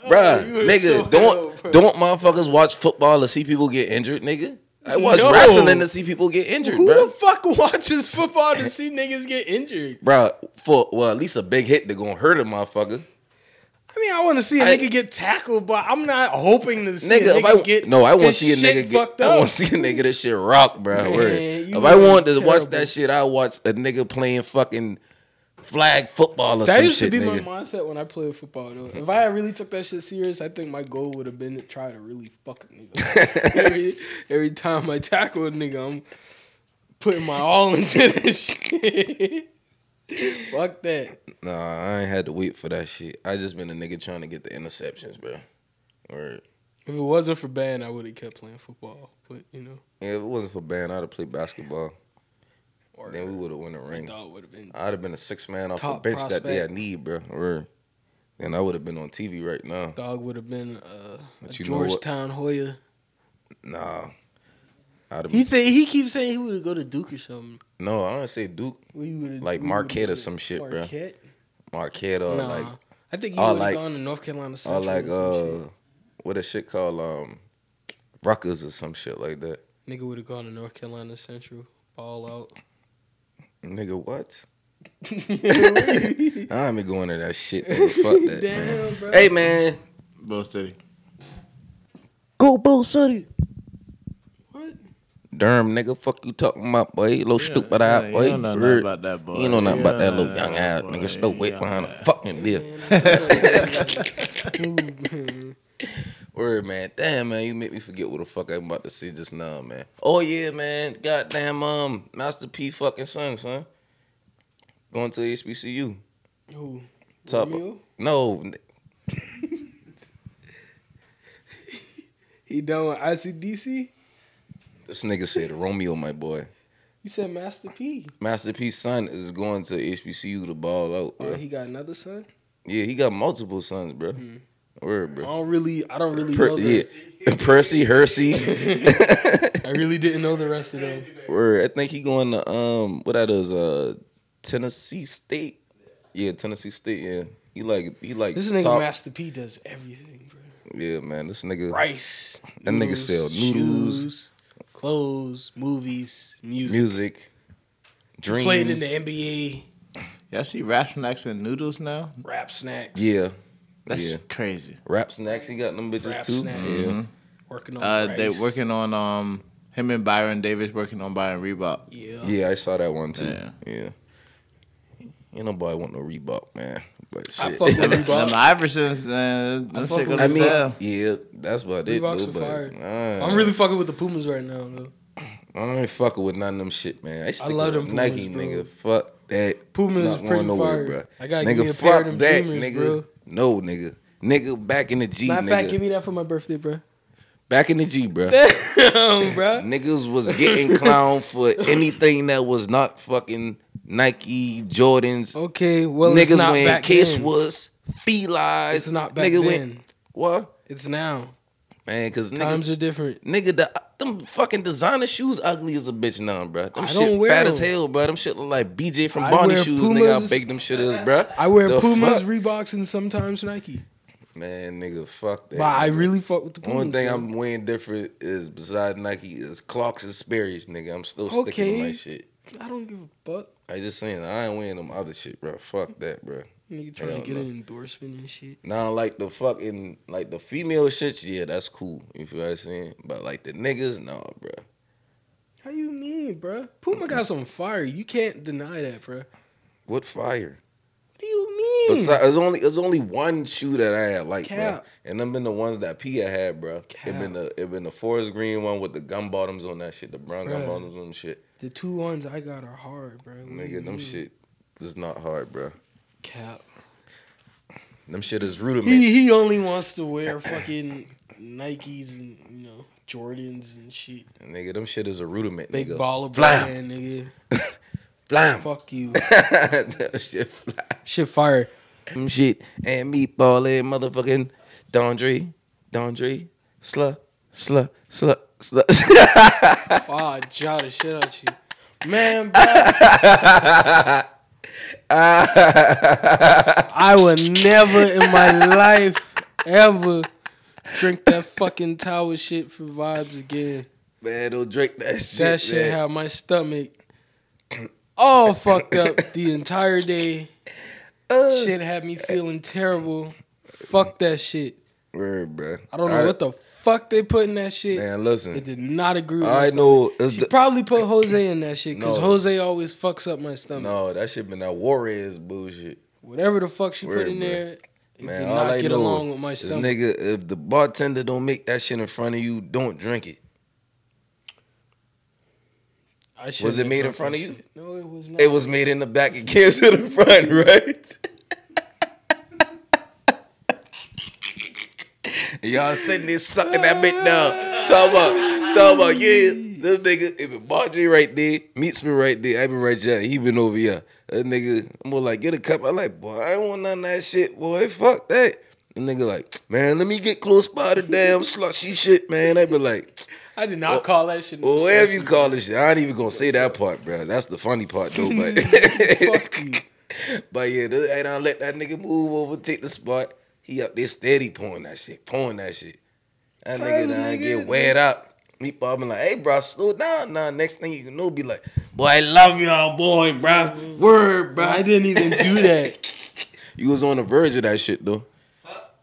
S1: Oh, you are
S2: nigga,
S1: so
S2: don't
S1: hell, bruh.
S2: don't motherfuckers watch football to see people get injured, nigga. I watch
S1: No.
S2: wrestling to see people get injured,
S1: Who
S2: bruh.
S1: the fuck watches football to see niggas get injured?
S2: Bruh, for well, at least a big hit they're gonna hurt a motherfucker.
S1: I mean, I want to see a
S2: I-
S1: nigga get tackled, but I'm not hoping to see
S2: Nigga,
S1: a
S2: if I
S1: nigga get
S2: no, I want to
S1: his
S2: see a
S1: shit
S2: nigga
S1: fucked
S2: get.
S1: up.
S2: I want to see a nigga this shit rock, bro.
S1: Man,
S2: word.
S1: you
S2: If I
S1: are
S2: wanted to watch
S1: terrible.
S2: that shit, I watch a nigga playing fucking flag football or
S1: that
S2: some
S1: used
S2: shit,
S1: to be
S2: nigga.
S1: my mindset when I played football. Though, if I had really took that shit serious, I think my goal would have been to try to really fuck a nigga. every, every time I tackle a nigga, I'm putting my all into this shit. fuck that.
S2: Nah, I ain't had to wait for that shit. I just been a nigga trying to get the interceptions, bro. Word.
S1: If it wasn't for band, I would have kept playing football. But you know,
S2: Yeah, if it wasn't for Ban, I'd have played basketball. Then we would have won the
S1: I
S2: ring.
S1: thought would have been
S2: I'd have been a six man off
S1: Top
S2: the bench that day I
S1: prospect.
S2: need, bro. Word. And I would have been on TV right now.
S1: Dog would have been uh, a
S2: But you know what?
S1: Georgetown Hoya.
S2: Nah. I'd
S1: He
S2: have,
S1: think he keeps saying he would go to Duke or something.
S2: no, I don't say Duke,
S1: We would've- we
S2: Like
S1: would've
S2: Marquette or
S1: been-
S2: some shit, bruh.
S1: Marquette?
S2: Marquette, or
S1: nah,
S2: like,
S1: I think you would
S2: or
S1: have
S2: like-
S1: gone to North Carolina
S2: or
S1: Central.
S2: like,
S1: or some
S2: uh, what a shit called, um, Ruckers or some shit like that.
S1: shit. nigga would have gone to North Carolina Central. Ball out.
S2: Nigga, what?
S1: Damn,
S2: I ain't been going to that shit. Nigga. Fuck that, man.
S1: bro.
S2: Hey, man.
S3: Bull City.
S2: Go Bull City.
S1: What?
S2: Durham, nigga, fuck you talking about, boy. You little stupid eye, boy.
S3: you don't know nothing
S2: Word.
S3: about that boy.
S2: You know nothing about that
S3: don't
S2: little
S3: know
S2: young
S3: that
S2: ass
S3: boy.
S2: nigga. Still wait
S3: Yeah.
S2: behind a fucking deal. Word, man. Damn, man, you make me forget what the fuck I'm about to say just now, man. Oh yeah, man. Goddamn, um, Master P fucking son, son. Going to HBCU.
S1: Who?
S2: Top.
S1: Romeo?
S2: No, n-
S1: He done with ICDC?
S2: this nigga said Romeo, my boy.
S1: You said Master P.
S2: Master P's son is going to HBCU to ball out,
S1: Oh,
S2: bro.
S1: he got another son. Hmm.
S2: yeah, he got multiple sons, bro. Word,
S1: I
S2: bro.
S1: don't really, I don't really
S2: Per-
S1: know
S2: yeah.
S1: this.
S2: Percy, Hersey.
S1: I really didn't know the rest of them.
S2: Word. I think he going to um what that is uh Tennessee State. Yeah, Tennessee State. Yeah, he like he like
S1: This nigga
S2: top-
S1: Master P does everything, bro.
S2: Yeah, man, this nigga.
S1: Rice.
S2: That nigga sell noodles.
S1: shoes, clothes, movies, music.
S2: Music. Dreams.
S1: Played in the NBA.
S3: Y'all see rap snacks and noodles now?
S1: Rap snacks.
S2: Yeah.
S3: That's
S2: Yeah.
S3: crazy. Mm-hmm.
S2: Rap snacks. He got them bitches
S1: Rap
S2: too.
S1: snacks.
S2: Yeah.
S1: Working on.
S3: Uh, they
S1: Rice.
S3: working on um him and Byron Davis working on buying Reebok.
S1: Yeah.
S2: Yeah, I saw that one too. Yeah.
S3: Yeah.
S2: Ain't nobody want no Reebok, man. But
S1: I
S2: shit.
S1: fuck with
S3: Them
S1: Reebok.
S3: Iversons, man, them
S1: fuck
S3: shit
S1: with
S3: gonna
S2: I mean,
S3: sell.
S2: yeah, that's about it.
S1: Reeboks
S2: Though,
S1: are
S2: but,
S1: fire.
S2: nah,
S1: I'm really fucking with the Pumas right now, though.
S2: I ain't fucking with none of them shit, man. I, stick
S1: love
S2: with
S1: them
S2: Nike,
S1: Pumas, bro.
S2: nigga. Fuck that.
S1: Pumas
S2: Not
S1: is pretty
S2: going nowhere,
S1: fire.
S2: bro.
S1: I gotta
S2: nigga,
S1: give me a
S2: fuck
S1: pair of them
S2: that,
S1: Dreamers,
S2: nigga.
S1: bro.
S2: No, nigga. Nigga, back in the G,
S1: Matter of
S2: nigga.
S1: fact, give me that for my birthday, Oh, bro.
S2: back in the G, bro.
S1: Damn, bro.
S2: Niggas was getting clown for anything that was not fucking Nike, Jordans.
S1: Okay, well,
S2: niggas
S1: it's not
S2: when
S1: back
S2: Kiss
S1: then.
S2: was felines.
S1: It's not back then.
S2: nigga Went, what?
S1: It's now.
S2: Man, cause niggas,
S1: Times are different.
S2: Nigga, the, them fucking designer shoes ugly as a bitch now, bro. Them
S1: I
S2: shit
S1: don't wear
S2: fat as
S1: them.
S2: hell, bro. Them shit look like BJ from
S1: I
S2: Barney
S1: wear
S2: shoes, nigga. How
S1: Pumas.
S2: big them shit is, bro.
S1: I wear
S2: The
S1: Pumas,
S2: fuck?
S1: Reeboks, and sometimes Nike.
S2: Man, nigga, fuck that.
S1: But I
S2: nigga.
S1: really fuck with the Pumas.
S2: Only thing
S1: bro.
S2: I'm wearing different is besides Nike is Clarks and Sperry's, nigga. I'm still sticking
S1: Okay.
S2: to my shit.
S1: I don't give a fuck.
S2: I just saying, I ain't wearing them other shit, bro. Fuck that, bro.
S1: Nigga trying
S2: Hell
S1: to get
S2: no.
S1: an endorsement and shit.
S2: Now, like the fucking like the female shits, yeah, that's cool. You feel what I'm saying? But like the niggas, nah, bro.
S1: How you mean, bruh? Puma got some fire. You can't deny that, bruh. What
S2: What fire?
S1: do you mean?
S2: Besides, it's only it's only one shoe that I had like, bro.
S1: Cap.
S2: And them been the ones that Pia had, bro. It
S1: Cap.
S2: been the it been the forest green one with the gum bottoms on that shit, the brown gum
S1: Bruh.
S2: bottoms on the shit.
S1: the two ones I got are hard, bruh. What do you
S2: Nigga, them
S1: mean?
S2: shit is not hard, bro.
S1: Cap.
S2: Them shit is rudiment.
S1: He he only wants to wear fucking Nikes and you know Jordans and shit.
S2: nigga, them shit is a rudiment,
S1: Big
S2: nigga.
S1: baller
S2: fly,
S1: brand, nigga.
S2: fly.
S1: Fuck you.
S2: that shit fly.
S1: shit fire.
S2: Them shit and meatball and motherfucking Dondre, Dondre, slut, slut, slut, slut.
S1: Wow, I jaw the Ah, shit out you. Man, bruh, I will never in my life ever drink that fucking tower shit for vibes again.
S2: Man, don't drink that shit.
S1: That shit
S2: man.
S1: had my stomach all fucked up the entire day.
S2: Uh,
S1: Shit had me feeling terrible. Fuck that shit.
S2: Word, bro.
S1: I don't know what the fuck they put in that shit.
S2: Man,
S1: It
S2: listen.
S1: did not agree with my
S2: I
S1: stomach.
S2: know. It's
S1: She
S2: the,
S1: probably put Jose in that shit because
S2: No.
S1: Jose always fucks up my stomach.
S2: no, that shit been that Warriors bullshit.
S1: Whatever the fuck she
S2: Word,
S1: put in
S2: bro.
S1: there, it
S2: Man,
S1: did
S2: all
S1: not
S2: I
S1: get
S2: know
S1: along with my
S2: This
S1: stomach.
S2: nigga, if the bartender don't make that shit in front of you, don't drink it.
S1: I shouldn't
S2: it
S1: have
S2: made in
S1: drunk
S2: front
S1: that
S2: of you?
S1: shit. No, it was not.
S2: It was made in the back and came to the front, right? Y'all sitting there sucking that bit down. Talk about, talk about, yeah, this nigga, if it Margie right there, meets me right there, I been right there, he been over here. That nigga, I'm more like, get a cup. I like, boy, I don't want none of that shit, boy, fuck that. The nigga like, man, let me get close by the damn slushy shit, man. I be like,
S1: I did not call that shit.
S2: well, whatever you call this shit, I ain't even gonna say that part, bro. That's the funny part, though. But
S1: Fuck you.
S2: But yeah, th- I don't let that nigga move over, take the spot. He up there steady pouring that shit, pouring that shit. That nigga
S1: Cuz,
S2: done
S1: nigga.
S2: get wet up. Me bobbing like, hey, bro, slow down now. Next thing you know, be like, boy, I love y'all, boy, bro. Word,
S1: Bro, I
S2: bro.
S1: didn't even do that.
S2: You was on the verge of that shit, though.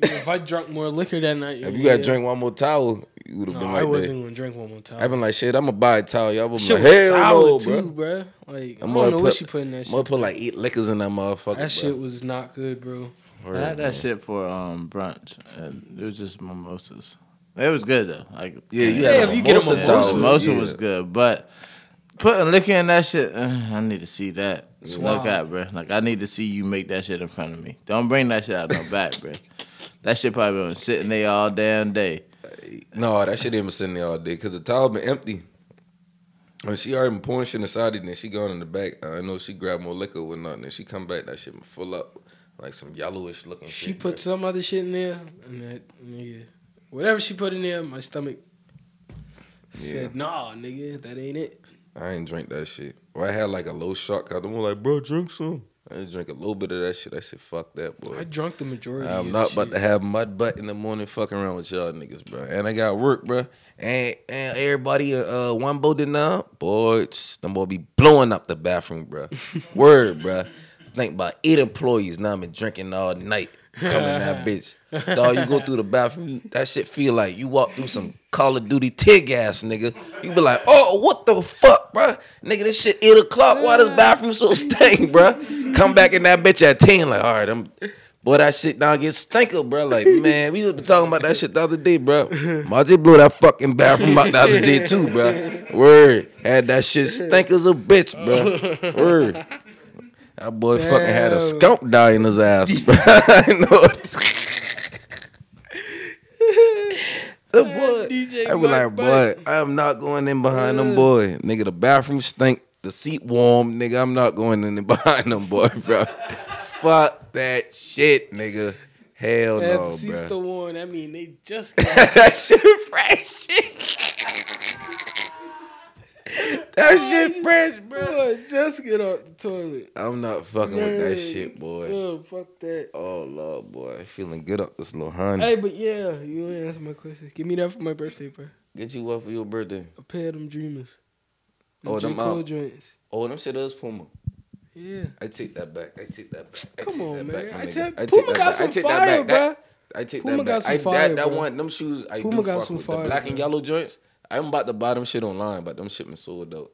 S1: if I drunk more liquor that night,
S2: If you
S1: yeah.
S2: got drink one more towel, you would have
S1: no,
S2: been
S1: I
S2: like
S1: wasn't
S2: that.
S1: gonna drink one more time.
S2: I've been like, shit, I'm gonna buy a towel. Y'all was
S1: shit
S2: like,
S1: was
S2: hell
S1: sour
S2: no,
S1: too,
S2: bro.
S1: bro. Like I don't
S2: I'm gonna
S1: know
S2: put-
S1: what she put in that
S2: I'm gonna
S1: shit.
S2: put like eight liquors in that motherfucker.
S1: That
S2: bro.
S1: shit was not good, bro.
S2: Word,
S3: I had
S2: bro.
S3: that shit for um brunch, and it was just mimosas. It was good though. Like
S2: Yeah, you
S1: Yeah,
S2: had
S1: if you get a
S2: mimosa
S1: mimosa,
S2: towel.
S3: mimosa
S2: Yeah.
S3: was good, but putting liquor in that shit, uh, I need to see that. Look
S1: wild.
S3: out, bro. Like I need to see you make that shit in front of me. Don't bring that shit out no back, bro. That shit probably been sitting there all damn day.
S2: No, that shit ain't been sitting there all day because the towel been empty. When she already been pouring shit inside it, then she gone in the back. I know she grabbed more liquor or whatnot, and then she come back, that shit been full up, like some yellowish looking
S1: She
S2: shit.
S1: put some other shit in there, and that nigga, whatever she put in there, my stomach
S2: Yeah.
S1: said, "Nah, nigga, that ain't it."
S2: I ain't drink that shit. Or I had like a low shot because I'm like, bro, drink some. I just drank a little bit of that shit. I said, fuck that, boy.
S1: I drunk the majority.
S2: I'm
S1: of
S2: not
S1: shit.
S2: about to have my butt in the morning fucking around with y'all niggas, bro. And I got work, bro. And and everybody uh one bow did not, boy, tch, them boy be blowing up the bathroom, bro. Word, bro. Think about eight employees. Now I've been drinking all night. Coming that bitch. Dog, you go through the bathroom, that shit feel like you walk through some Call of Duty tear gas, nigga. You be like, oh, what the fuck, bro? Nigga, this shit eight o'clock. Why this bathroom so stink, bro? Come back in that bitch at ten. Like, all right, I'm. Boy, that shit now get stinker, bro. Like, man, we was talking about that shit the other day, bro. Maji blew that fucking bathroom out the other day too, bro. Word, had that shit stink as a bitch, bro. Word, that boy fucking had
S1: Damn.
S2: a skunk die in his ass. Bro. I know. The boy,
S1: DJ
S2: I be like,
S1: Mark Button.
S2: boy, I'm not going in behind them boy. Nigga, the bathroom stink, the seat warm, nigga. I'm not going in behind them boy, bro. Fuck that shit, nigga. Hell
S1: Man,
S2: no,
S1: if the seats
S2: bro.
S1: still worn, I mean, they just got
S2: that shit fresh. that shit fresh, bro.
S1: Boy, just get off the toilet.
S2: I'm not fucking with that
S1: Man.
S2: shit, boy.
S1: Oh, fuck that.
S2: Oh lord, boy, feeling good up this little honey.
S1: Hey, but yeah, you ain't answer my question. Give me that for my birthday, bro.
S2: Get you what for your birthday?
S1: A pair of them dreamers.
S2: Oh, them
S1: J. Cole
S2: out.
S1: joints.
S2: Oh, them shit is Puma.
S1: Yeah.
S2: I take that back. I take that back. I
S1: Come
S2: take
S1: on,
S2: that
S1: man.
S2: Back, my
S1: I
S2: nigga.
S1: tell-
S2: I take
S1: Puma
S2: that
S1: got
S2: back.
S1: some
S2: I take
S1: fire,
S2: that back. That-
S1: bruh.
S2: I take
S1: Puma
S2: that
S1: got
S2: back.
S1: some
S2: I,
S1: fire,
S2: that that
S1: bruh.
S2: one, them shoes. I
S1: Puma
S2: do
S1: got
S2: fuck
S1: some
S2: with.
S1: fire,
S2: the black and
S1: bruh.
S2: yellow joints. I'm about to buy them shit online, but them shipments sold out.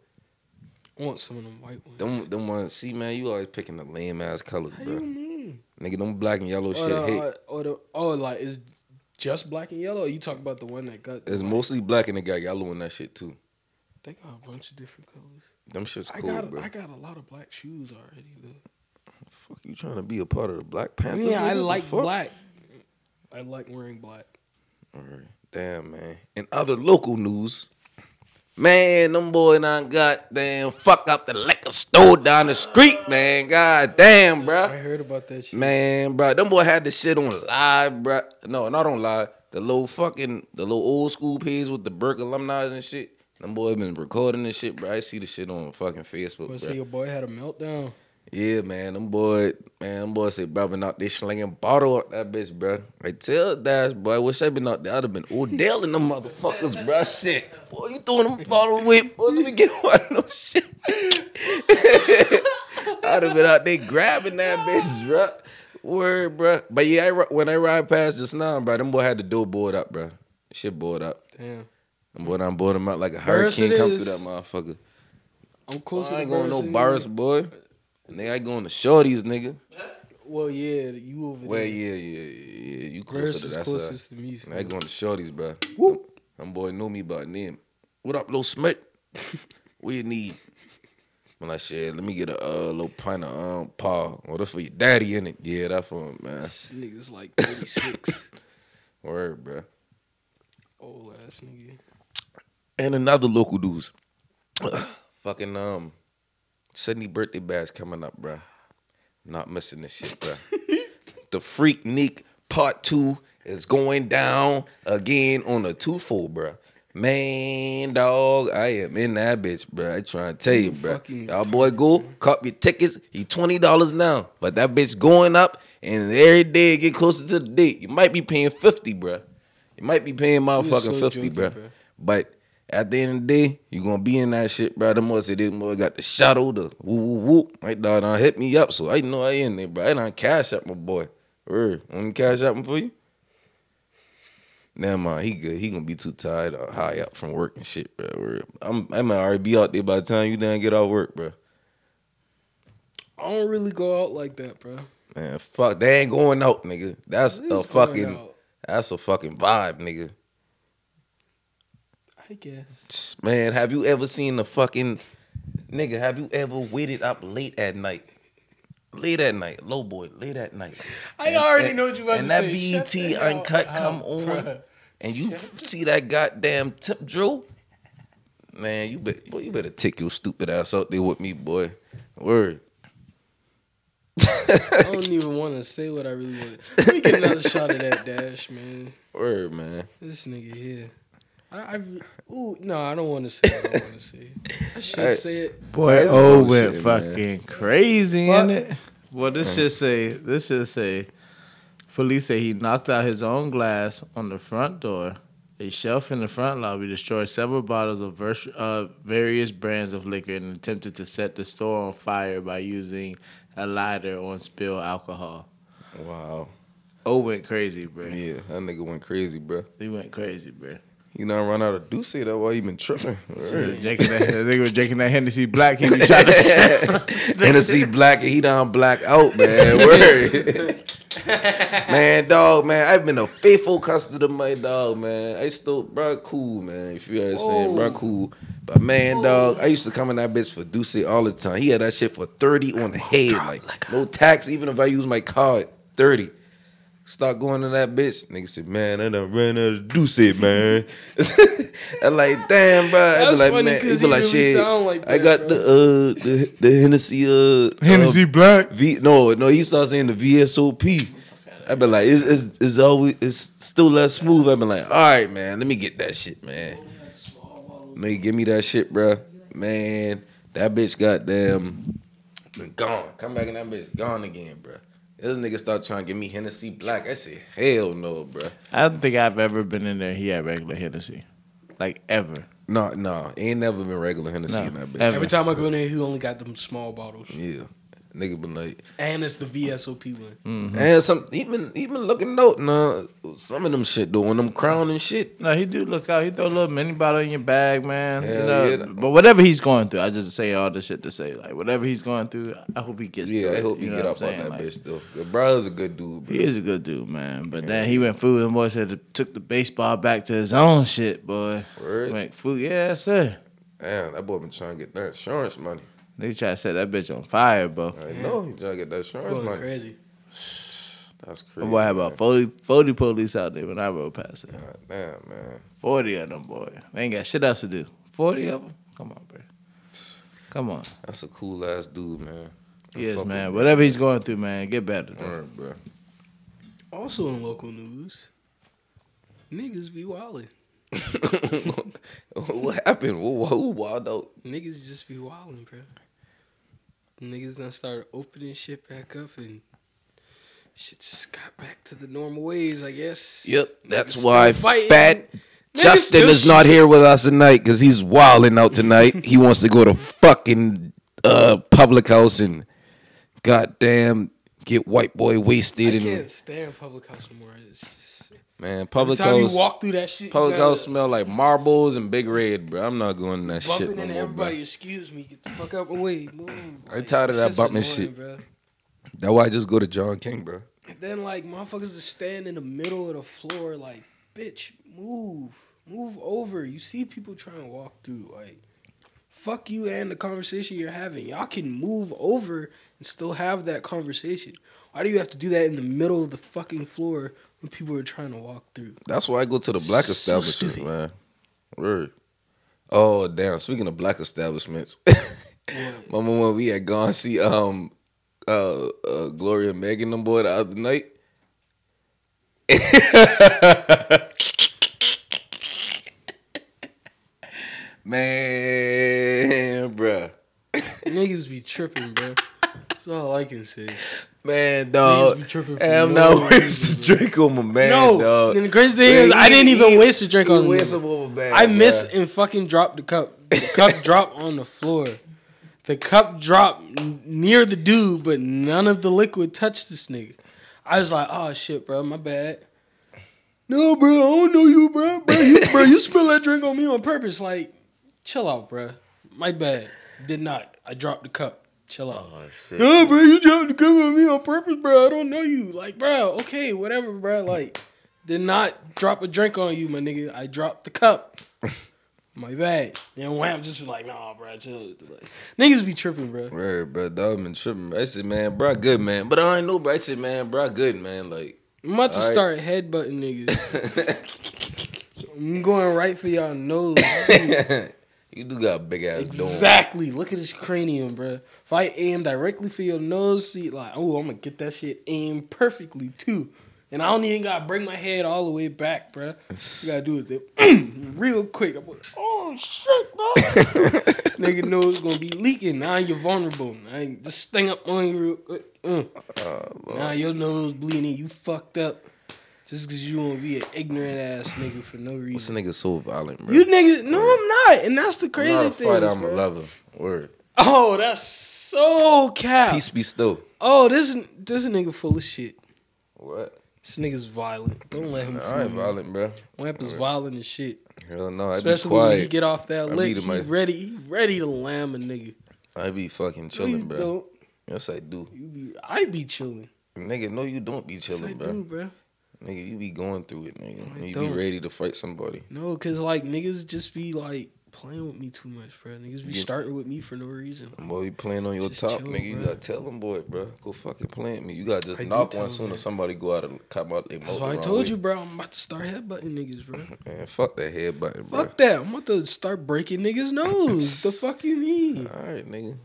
S1: I want some of them white ones.
S2: Them them ones. See, man, you always picking the lame ass colors,
S1: How you
S2: bro.
S1: mean?
S2: Nigga, them black and yellow
S1: Or
S2: shit.
S1: the,
S2: hate.
S1: or, or the, oh, like, it's just black and yellow? Or you talk about the one that got.
S2: it's
S1: I
S2: mostly black and they got yellow in that shit too.
S1: think I got a bunch of different colors.
S2: Them shit's
S1: I
S2: cool,
S1: got
S2: bro.
S1: I got a lot of black shoes already, though.
S2: Fuck, you trying to be a part of the Black Panthers?
S1: yeah, I
S2: nigga? The
S1: like
S2: fuck?
S1: black. I like wearing black.
S2: All right. Damn, man. In other local news, man, them boy done goddamn fuck up the liquor store down the street, man. God damn,
S1: I
S2: bruh.
S1: heard about that shit.
S2: Man, bruh, them boy had the shit on live, bruh. No, not on live. The little fucking, the little old school page with the Burke alumni and shit. Them boy been recording this shit, bruh. I see the shit on fucking Facebook,
S1: But
S2: bruh.
S1: so your boy had a meltdown.
S2: Yeah, man, them boy, man, them boy said, bro, been out there slinging bottle up that bitch, bro. I tell Dash, boy, I wish I been out there. I'd have been Odell and them motherfuckers, bro. Shit, boy, you throwing them bottle away, boy, let me get one of them shit. I'd have been out there grabbing that bitch, bro. Word, bro. But yeah, I, ri- when I ride past just now, bro, them boy had the door board up, bro. Shit board up.
S1: Damn.
S2: Them boy done board him out like a
S1: Burris it
S2: hurricane come through
S1: is.
S2: that motherfucker.
S1: I'm close
S2: I
S1: to
S2: ain't
S1: the
S2: going no
S1: Burris
S2: bars,
S1: anyway.
S2: boy. Nigga, I going to shorties, nigga.
S1: Well, yeah, you over
S2: Well,
S1: there.
S2: yeah, yeah, yeah. yeah. You closer
S1: Burris is
S2: to that side.
S1: closest to me. so-
S2: I ain't going to shorties, bro.
S1: Woo.
S2: Them boy know me by name. What up, little Smith? what you need? I'm like, shit, let me get a uh, little pint of um, paw. Oh, that's for your daddy, in it? Yeah, that's for him, man.
S1: This nigga's like 36.
S2: Word, bro.
S1: Old ass nigga.
S2: And another local dudes. Fucking um, Sydney birthday bash coming up, bro. Not missing this shit, bro. the Freak Neek Part Two is going down again on a twofold, bro. Man, dog, I am in that bitch, bro. I trying to tell you, bro.
S1: fucking
S2: Y'all boy, go cop your tickets. He twenty dollars now, but that bitch going up, and every day it get closer to the date. You might be paying fifty, bro. You might be paying motherfucking
S1: so
S2: fifty,
S1: joking,
S2: bro.
S1: bro.
S2: But at the end of the day, you gonna be in that shit, bro. Them boys say this boy got the shadow, the whoop whoop whoop. My dog done hit me up, so I know I in there, bro. I done cash up my boy. Word. Want me cash up him for you? Never mind, he good. He gonna be too tired or high up from work and shit, bro. Word. I'm I might already be out there by the time you done get off work, bro.
S1: I don't really go out like that, bro.
S2: Man, fuck, they ain't going out, nigga. That's
S1: This
S2: a
S1: going
S2: fucking
S1: out,
S2: that's a fucking vibe, nigga.
S1: I guess.
S2: Man, have you ever seen the fucking nigga? Have you ever waited up late at night? Late at night, low boy, late at night.
S1: I
S2: And-
S1: already
S2: and-
S1: know what you about
S2: and
S1: to
S2: that
S1: say. Shut
S2: BET
S1: the hell
S2: uncut
S1: up,
S2: come on,
S1: bruh.
S2: and you see that goddamn tip drill. Man, you bet, boy, you better take your stupid ass out there with me, boy. Word.
S1: I don't even want to say what I really want. Let me get another shot of that dash, man.
S2: Word, man.
S1: This nigga here. I, I ooh no, I don't want to say. What I want to say. I should
S2: Hey.
S1: say it.
S3: Boy,
S2: That's
S3: O
S2: bullshit,
S3: went
S2: man.
S3: fucking crazy in it. Well, this should say this should say. Police say he knocked out his own glass on the front door. A shelf in the front lobby destroyed several bottles of vers- uh, various brands of liquor and attempted to set the store on fire by using a lighter on spilled alcohol.
S2: Wow.
S3: Oh, went crazy, bro.
S2: Yeah, that nigga went crazy, bro.
S3: He went crazy, bro.
S2: You know, I run out of Deuce. That why you been tripping.
S3: They was drinking that, they was drinking that Hennessy Black. He be trying to sell.
S2: Tennessee black and he done black out, man. Word. man, dog, man. I've been a faithful customer to my dog, man. I still, bro, cool, man. If you know what I'm saying, bro, cool. But man, dog, I used to come in that bitch for Duce all the time. He had that shit for 30 on the head. Like, no tax, even if I use my card, 30. Start going to that bitch. Nigga said, man, I done ran out of Duce, man. I'm like, damn, bro. I be
S1: That's
S2: like,
S1: funny
S2: man,
S1: 'cause
S2: he be
S1: he
S2: like,
S1: really
S2: shit.
S1: sound like
S2: I
S1: that, bro.
S2: got the uh the, the Hennessy uh
S3: Hennessy
S2: uh,
S3: Black.
S2: V no no he started saying the VSOP. I've been like it's, it's it's always it's still less smooth. I've been like all right man let me get that shit man. Nigga give me that shit bro man that bitch goddamn been gone come back and that bitch gone again bro. This nigga start trying to give me Hennessy Black. I said hell no bro.
S3: I don't think I've ever been in there. He had regular Hennessy, like ever.
S2: No no ain't never been regular Hennessy
S3: No,
S2: in that bitch.
S3: ever.
S1: Every time I go in there, he only got them small bottles,
S2: Yeah nigga been like.
S1: and it's the VSOP one.
S3: Mm-hmm.
S2: And some even even looking out, nah, some of them shit doing them crown and shit.
S3: No, he do look out. He throw a little mini bottle in your bag, man. You
S2: Hell
S3: know,
S2: yeah.
S3: But whatever he's going through, I just say all this shit to say like whatever he's going through. I hope he gets.
S2: Yeah,
S3: through
S2: I
S3: it,
S2: hope you
S3: know
S2: get
S3: what
S2: off
S3: I'm
S2: on
S3: saying?
S2: that
S3: Like,
S2: bitch though. Your brother's a good dude, bro.
S3: He is a good dude, man. But then he went food and boy said it took the baseball back to his own shit, boy.
S2: Word.
S3: Went food, yeah, sir.
S2: Damn, that boy been trying to get that insurance money.
S3: They try to set that bitch on fire, bro.
S2: I know he trying to get that insurance
S1: Going
S2: money.
S1: crazy.
S2: That's crazy.
S3: That boy had about 40, 40 police out there when I rode past it.
S2: man. God damn man.
S3: Forty of them, boy. They ain't got shit else to do. Forty of them. Come on, bro. Come on.
S2: That's a cool ass dude, man. I
S3: Yes,
S2: fuck
S3: man.
S2: with
S3: Whatever he's going through, man, get better.
S2: that.
S3: though.
S2: Word, bro.
S1: Also in local news, niggas be wilding.
S2: what happened? Who, who wild out?
S1: Niggas just be wilding, bro. Niggas done started opening shit back up and shit just got back to the normal ways, I guess.
S2: Yep,
S1: Niggas
S2: that's
S1: still
S2: why
S1: fighting.
S2: Fat
S1: Niggas
S2: Justin
S1: still
S2: is not here with us tonight because he's wilding out tonight. he wants to go to fucking uh, public house and goddamn get white boy
S1: I
S2: wasted
S1: can't
S2: and
S1: stand public house no more. It's just
S2: man
S1: every
S2: public
S1: time
S2: house.
S1: you walk through that shit, you
S2: Public
S1: gotta
S2: house smell like marbles and big red, bro. I'm not going in that
S1: bumping
S2: shit no
S1: into
S2: more, bro.
S1: everybody. Excuse me, get the fuck out of the way. Move.
S2: I'm tired of
S1: it's
S2: that
S1: just
S2: bumping
S1: annoying,
S2: shit.
S1: bro.
S2: That's why I just go to John King, bro.
S1: And then like motherfuckers just stand in the middle of the floor, like bitch, move, move over. You see people trying to walk through, like fuck you and the conversation you're having. Y'all can move over and still have that conversation. Why do you have to do that in the middle of the fucking floor when people are trying to walk through?
S2: That's why I go to the black
S1: So
S2: establishment,
S1: stupid.
S2: man. Word. Oh damn! Speaking of black establishments, remember when we had gone see um uh, uh Gloria Megan them boy the other night? Man, bruh.
S1: Niggas be tripping, bro. That's all I can say.
S2: Man, dog.
S1: be tripping for
S2: I'm
S1: no
S2: not wasting drink on my man,
S1: no,
S2: dog.
S1: and the crazy thing is, I didn't even waste a drink on
S2: waste
S1: this.
S2: on my man.
S1: I miss
S2: bruh.
S1: and fucking dropped the cup. The cup dropped on the floor. The cup dropped n- near the dude, but none of the liquid touched this nigga. I was like, oh shit, bro, my bad. No, bro, I don't know you, bro. Bro, you, bro, you spilled that drink on me on purpose. Like, chill out, bro. My bad. Did not. I dropped the cup. Chill out. No, bro, you dropped the cup on me on purpose, bro. I don't know you. Like, bro, okay, whatever, bro. Like, did not drop a drink on you, my nigga. I dropped the cup. My bad. And Wham just was like, nah, bro, chill. Like, niggas be tripping, bro.
S2: Word, bro, dog been tripping. bro. I said, man, bro, good man, but I ain't know, bro. I said, man, bro, good man, like.
S1: I'm about to
S2: Alright.
S1: start headbutting niggas. I'm going right for y'all nose. too.
S2: you do got a big ass dome.
S1: exactly. Look at this cranium, bro. If I aim directly for your nose, see, like, oh, I'm gonna get that shit aimed perfectly too. And I don't even gotta bring my head all the way back, bruh. You gotta do it the- real quick. I'm like, oh shit, dog. Nigga know it's gonna be leaking. Now you're vulnerable. Now you- this thing up on you real quick. Uh.
S2: Oh,
S1: now your nose bleeding. You fucked up. Just cause you wanna be an ignorant ass nigga for no
S2: This
S1: reason.
S2: nigga so violent, bro.
S1: You niggas, no, I'm not, and that's the
S2: I'm
S1: crazy
S2: not a
S1: thing.
S2: fighter, I'm a
S1: bruh.
S2: lover. Word.
S1: Oh, that's so cap.
S2: Peace be still.
S1: Oh, this this nigga full of shit.
S2: What?
S1: This nigga's violent. Don't let him.
S2: I
S1: fool
S2: ain't
S1: you.
S2: violent, bro.
S1: Wamp is violent as shit.
S2: Hell no, I be
S1: Especially when he
S2: quiet.
S1: get off that
S2: I
S1: lick, he
S2: beat him, I-
S1: ready, he ready to lamb a nigga.
S2: I be fucking
S1: No, you
S2: chilling, bro.
S1: don't.
S2: Yes, I do.
S1: You be, I be chilling.
S2: Nigga, no, you don't be
S1: Yes, I
S2: chilling,
S1: do,
S2: bro.
S1: bro.
S2: Nigga, you be going through it, nigga.
S1: I
S2: And you be
S1: don't.
S2: ready to fight somebody.
S1: No, cause like niggas just be like playing with me too much, bro. Niggas be
S2: Yeah.
S1: starting with me for no reason.
S2: Boy, you playing on your
S1: Just
S2: top,
S1: chill,
S2: nigga. You
S1: bruh.
S2: gotta tell them, boy, bro. Go fucking plant me. You gotta just
S1: I do
S2: knock
S1: tell
S2: one
S1: 'em
S2: soon, or
S1: that.
S2: somebody go out of cop out their mouth.
S1: That's
S2: the
S1: why I
S2: wrong
S1: told
S2: way.
S1: you, bro. I'm about to start headbutting niggas, bro.
S2: Man, fuck that headbutt, bro.
S1: Fuck that. I'm about to start breaking niggas' nose. the fuck you need?
S2: All right, nigga.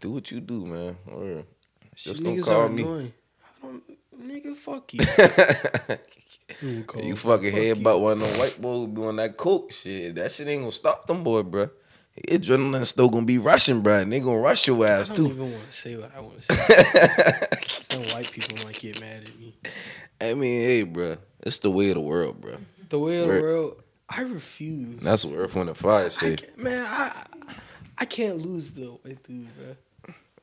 S2: Do what you do, man. Word.
S1: Shit,
S2: Just don't
S1: niggas
S2: call
S1: are
S2: me.
S1: annoying. I don't, nigga, fuck you. you, call
S2: you
S1: me.
S2: fucking
S1: Fuck
S2: head
S1: you.
S2: about one of them white boys doing that coke shit. That shit ain't gonna stop them boy, bro. Adrenaline still gonna be rushing, bro. And they gonna rush your
S1: I
S2: ass
S1: don't
S2: too.
S1: even want to say what I want to say. Some white people might get mad at me.
S2: I mean, hey, bro, it's the way of the world, bro.
S1: The way of the
S2: Word.
S1: world, I refuse.
S2: That's what Earth Wind and Fire
S1: I
S2: say.
S1: can't, man, I I can't lose the white dude, bro.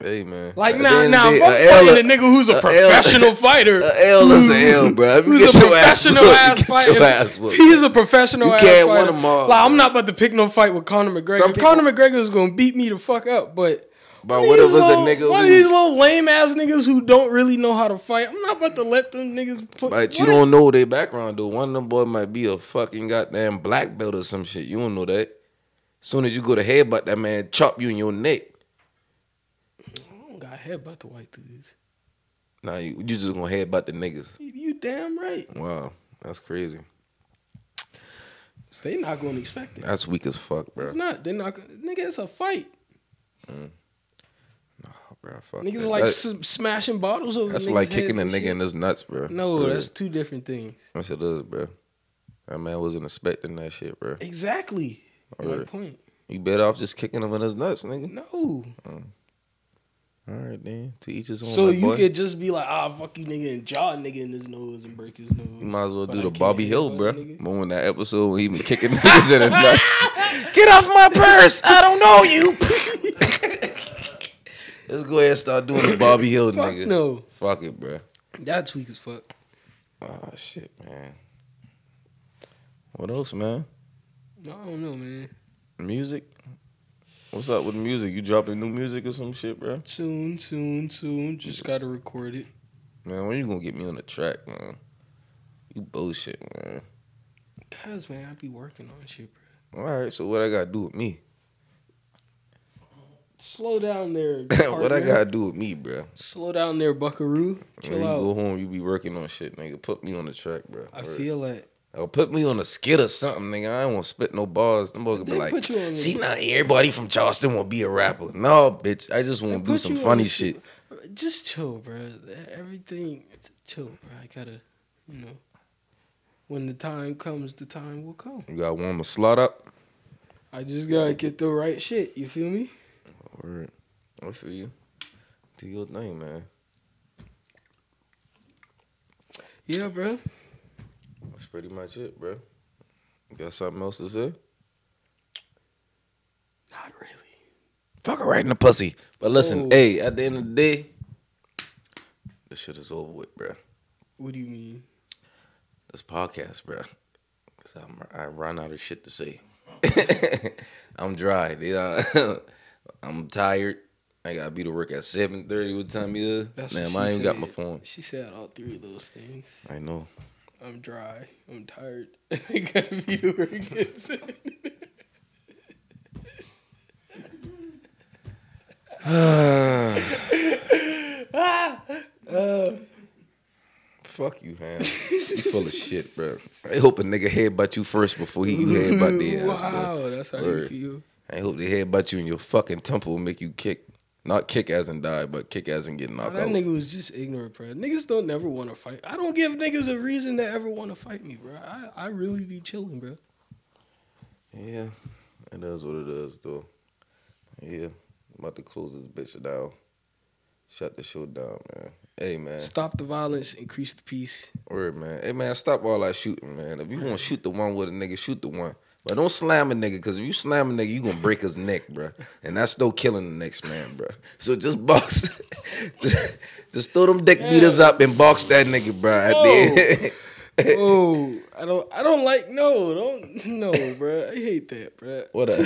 S2: Hey, man.
S1: Like
S2: At the
S1: now,
S2: end
S1: now
S2: of
S1: if
S2: the day, a
S1: I'm
S2: L-
S1: fighting a nigga who's
S2: a
S1: a
S2: L-
S1: professional fighter.
S2: a L is a L, bro. If you
S1: Who's a
S2: get your ass
S1: professional
S2: whooped,
S1: ass,
S2: you get
S1: fighter?
S2: your ass whooped.
S1: He's a professional
S2: You
S1: ass
S2: can't win
S1: fighter.
S2: 'em all,
S1: like I'm
S2: bro.
S1: not about to pick no fight with Conor McGregor.
S2: Some people-
S1: Conor McGregor is gonna beat me the fuck up, but
S2: Bro,
S1: One of
S2: what if
S1: these
S2: it's a
S1: little-
S2: nigga
S1: One
S2: who-
S1: of these little lame ass niggas who don't really know how to fight. I'm not about to let them niggas. Put,
S2: But you
S1: what?
S2: don't know their background, though. One of them boy might be a fucking goddamn black belt or some shit. You don't know that. Soon as you go to headbutt that man, chop you in your neck.
S1: I don't got head about the white dudes.
S2: Nah, you, you just gonna headbutt the niggas.
S1: You, you damn right.
S2: Wow, that's crazy.
S1: 'Cause They not gonna expect it.
S2: That's weak as fuck,
S1: It's
S2: bro.
S1: not. They're not. gonna- Nigga, it's a fight.
S2: bro fuck
S1: Niggas
S2: that.
S1: like
S2: That-
S1: s- smashing bottles over.
S2: that's
S1: niggas
S2: like kicking
S1: heads
S2: a
S1: and
S2: nigga
S1: shit.
S2: in his nuts, bro.
S1: No,
S2: Bro,
S1: that's two different things.
S2: that's it is, bro. That man wasn't expecting that shit, bro.
S1: Exactly. My
S2: Word.
S1: point.
S2: You better off just kicking him in his nuts, nigga.
S1: No.
S2: All right, then. To each his own.
S1: So
S2: my
S1: you
S2: boy.
S1: could just be like, ah, fuck you, nigga, and jaw a nigga in his nose and break his nose.
S2: You might as well
S1: But
S2: do
S1: I
S2: the
S1: can't
S2: Bobby Hill,
S1: headbutt a
S2: bro.
S1: nigga.
S2: Remember when that episode when he was kicking niggas in the nuts? Get off my purse! I don't know you. Let's go ahead and start doing the Bobby Hill,
S1: Fuck
S2: nigga.
S1: no.
S2: Fuck it, bro.
S1: That's weak as fuck.
S2: Ah, shit, man. What else, man?
S1: I don't know, man.
S2: Music. What's up with music? You dropping new music or some shit, bro?
S1: Soon, soon, soon. Just gotta record it.
S2: Man, when you gonna get me on the track, man? You bullshit, man.
S1: Cause man, I be working on shit, bro.
S2: All right, so what I gotta do with me?
S1: Slow down there.
S2: what I
S1: partner.
S2: gotta do with me, bro?
S1: Slow down there, Buckaroo.
S2: when
S1: Chill
S2: you go
S1: out.
S2: home, you be working on shit, nigga. Put me on the track, bro.
S1: I
S2: Word.
S1: feel like
S2: Or put me on a skit or something, nigga. I don't want to spit no bars. Them boys
S1: They
S2: be like,
S1: put you on the-
S2: see, not everybody from Charleston will be a rapper. No, bitch. I just want
S1: They
S2: to do
S1: put
S2: some
S1: you on
S2: funny
S1: the
S2: shit.
S1: just chill, bro. Everything, chill, bro. I gotta, you know, when the time comes, the time will come.
S2: You got one to slot up.
S1: I just gotta get the right shit. You feel me?
S2: Word. I feel you. Do your thing, man.
S1: Yeah, bro.
S2: That's pretty much it, bro. You Got something else to say?
S1: Not really.
S2: Fuck her right in the pussy. But listen,
S1: Oh.
S2: hey, at the end of the day, this shit is over with, bro.
S1: What do you mean?
S2: this podcast, bro. Cause I'm, I run out of shit to say. I'm dry. You know? I'm tired. I gotta be to work at seven thirty. What time it is?
S1: That's
S2: Damn,
S1: what
S2: I
S1: she
S2: ain't got my
S1: said.
S2: phone.
S1: She said all three of those things.
S2: I know.
S1: I'm dry. I'm tired. I gotta be to work at seven.
S2: Fuck you, man. You full of shit, bro. I hope a nigga headbutt you first before he you headbutt their ass,
S1: Wow,
S2: bro.
S1: that's how
S2: Word.
S1: you feel.
S2: I hope they headbutt you in your fucking temple and make you kick. Not kick as in die, but kick as in get knocked
S1: Oh, that
S2: out.
S1: nigga was just ignorant, bro. Niggas don't never want to fight. I don't give niggas a reason to ever want to fight me, bro. I, I really be chilling, bro.
S2: Yeah, it is what it is, though. Yeah, about to close this bitch down. Shut the show down, man. Hey, man.
S1: Stop the violence, increase the peace.
S2: Word, man. Hey, man, stop all that shooting, man. If you want to shoot the one with a nigga, shoot the one. But don't slam a nigga, because if you slam a nigga, you going to break his neck, bruh. And that's still killing the next man, bruh. So just box. just, just throw them dick beaters up and box that nigga, bruh. At the end.
S1: oh, I don't, I don't like no, don't no, bro. I hate that, bro.
S2: What up?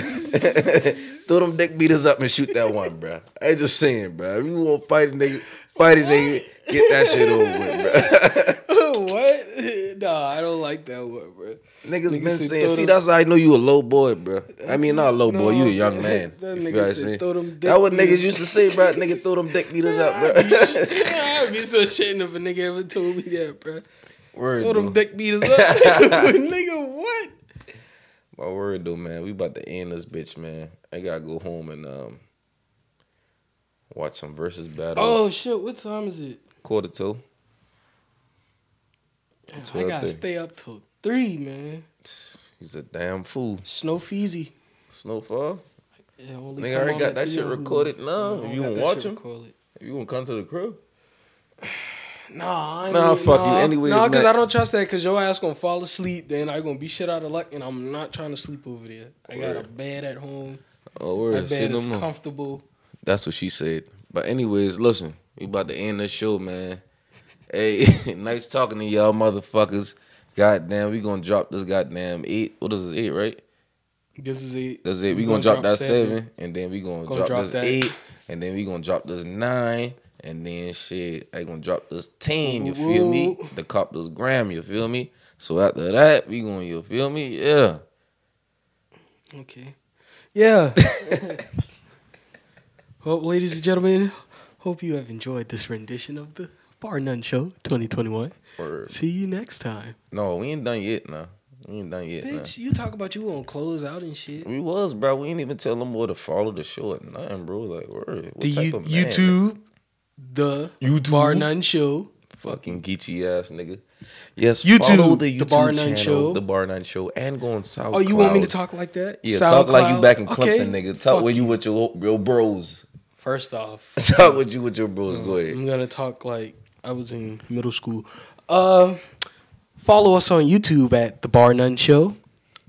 S2: Throw them dick beaters up and shoot that one, bruh. I ain't just saying, bruh. If you want to fight a nigga, fight a nigga. Get that shit over with, bruh.
S1: what? Nah, I don't like that one, bro.
S2: Niggas
S1: Nigga
S2: been
S1: said
S2: saying,
S1: throw
S2: see,
S1: them-
S2: that's how I know you a low boy, bruh. I mean, not a low boy, you a
S1: No,
S2: young
S1: bruh.
S2: man.
S1: That
S2: You
S1: nigga
S2: feel what I
S1: said,
S2: say?
S1: throw them dick
S2: That what niggas
S1: beaters-
S2: used to say, bruh. Nigga, throw them dick beaters up,
S1: I'd be,
S2: bruh.
S1: I'd be so ashamed if a nigga ever told me that, bro.
S2: Word,
S1: Throw
S2: though.
S1: them dick beaters up, nigga. What?
S2: My word though, man. We about to end this bitch, man. I gotta go home and um watch some versus
S1: Oh
S2: battles.
S1: shit! What time is it?
S2: Quarter to.
S1: I gotta
S2: 12:30.
S1: stay up till three, man.
S2: He's a damn fool.
S1: Snow feezy.
S2: Snowfall.
S1: It only
S2: Nigga, I
S1: come
S2: already
S1: on
S2: got
S1: at
S2: that
S1: three
S2: shit
S1: on Hulu.
S2: recorded now.
S1: I don't
S2: If you
S1: got
S2: wanna
S1: that
S2: watch
S1: shit
S2: 'em?
S1: recorded.
S2: You gonna come to the crib?
S1: Nah, I ain't
S2: Nah,
S1: even-
S2: fuck you.
S1: nah,
S2: Anyways,
S1: nah, because
S2: man.
S1: I don't trust that. Because your ass gonna fall asleep, then I gonna be shit out of luck, and I'm not trying to sleep over there. I got a
S2: Word.
S1: bed at home.
S2: Oh,
S1: My
S2: word. See
S1: bed is
S2: them. more.
S1: comfortable.
S2: That's what she said. But anyways, listen, we about to end this show, man. Hey, nice talking to y'all, motherfuckers. Goddamn, we gonna drop this goddamn eight. What is this eight, right?
S1: This is it.
S2: That's it.
S1: We
S2: We gonna,
S1: gonna
S2: drop,
S1: drop
S2: that
S1: seven.
S2: seven, and then we gonna,
S1: Gonna
S2: drop,
S1: drop
S2: this
S1: that.
S2: eight, and then we gonna drop this nine, and then shit, I gonna drop this ten. You
S1: Woo,
S2: feel
S1: woo.
S2: me? The cop this gram. You feel me? So after that, we gonna. You feel me? Yeah.
S1: Okay. Yeah. well, ladies and gentlemen, hope you have enjoyed this rendition of the Bar None Show 2021.
S2: Or,
S1: See you next time.
S2: no, we ain't done yet. Nah, we ain't done yet. Nah.
S1: Bitch, you talk about you gonna close out and shit.
S2: We was, bro. We ain't even tell them where to follow the show or nothing, bro. Like, word. What
S1: The
S2: type
S1: you-
S2: of man?
S1: YouTube, the
S2: YouTube?
S1: Bar None Show.
S2: Fucking geeky ass nigga. Yes,
S1: YouTube,
S2: follow the YouTube
S1: The Bar None
S2: channel,
S1: Show.
S2: The Bar Nine Show, and go on SoundCloud.
S1: Oh, you want me to talk like that?
S2: Yeah, talk like you
S1: SoundCloud?
S2: back in
S1: Okay,
S2: Clemson, nigga. Talk
S1: fuck
S2: when you
S1: it.
S2: with your your bros.
S1: First off,
S2: Talk with you with your bros. Go ahead.
S1: I'm gonna talk like I was in middle school. Uh, follow us on YouTube at The Bar None Show.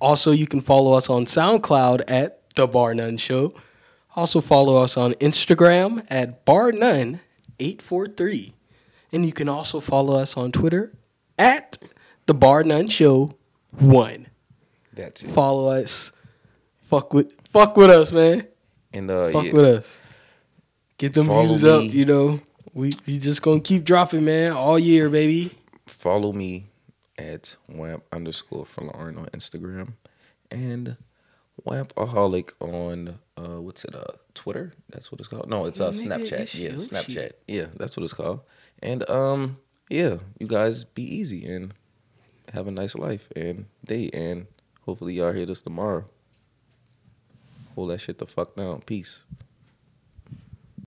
S1: Also, you can follow us on SoundCloud at The Bar None Show. Also, follow us on Instagram at Bar None eight four three, and you can also follow us on Twitter at The Bar None Show one.
S2: That's it.
S1: Follow us. Fuck with fuck with us, man.
S2: And uh,
S1: Fuck
S2: yeah.
S1: with us. Get them
S2: Follow
S1: views
S2: me.
S1: up, you know. We we just gonna keep dropping, man, all year, baby.
S2: follow me at wamp underscore Falorn on Instagram and wampaholic on uh what's it uh Twitter? That's what it's called. No, it's uh
S1: Nigga,
S2: Snapchat.
S1: it's
S2: Yeah,
S1: your
S2: Snapchat.
S1: shit.
S2: Yeah, that's what it's called. And um yeah, you guys be easy and have a nice life and day and hopefully y'all hear this tomorrow. Hold that shit the fuck down. Peace.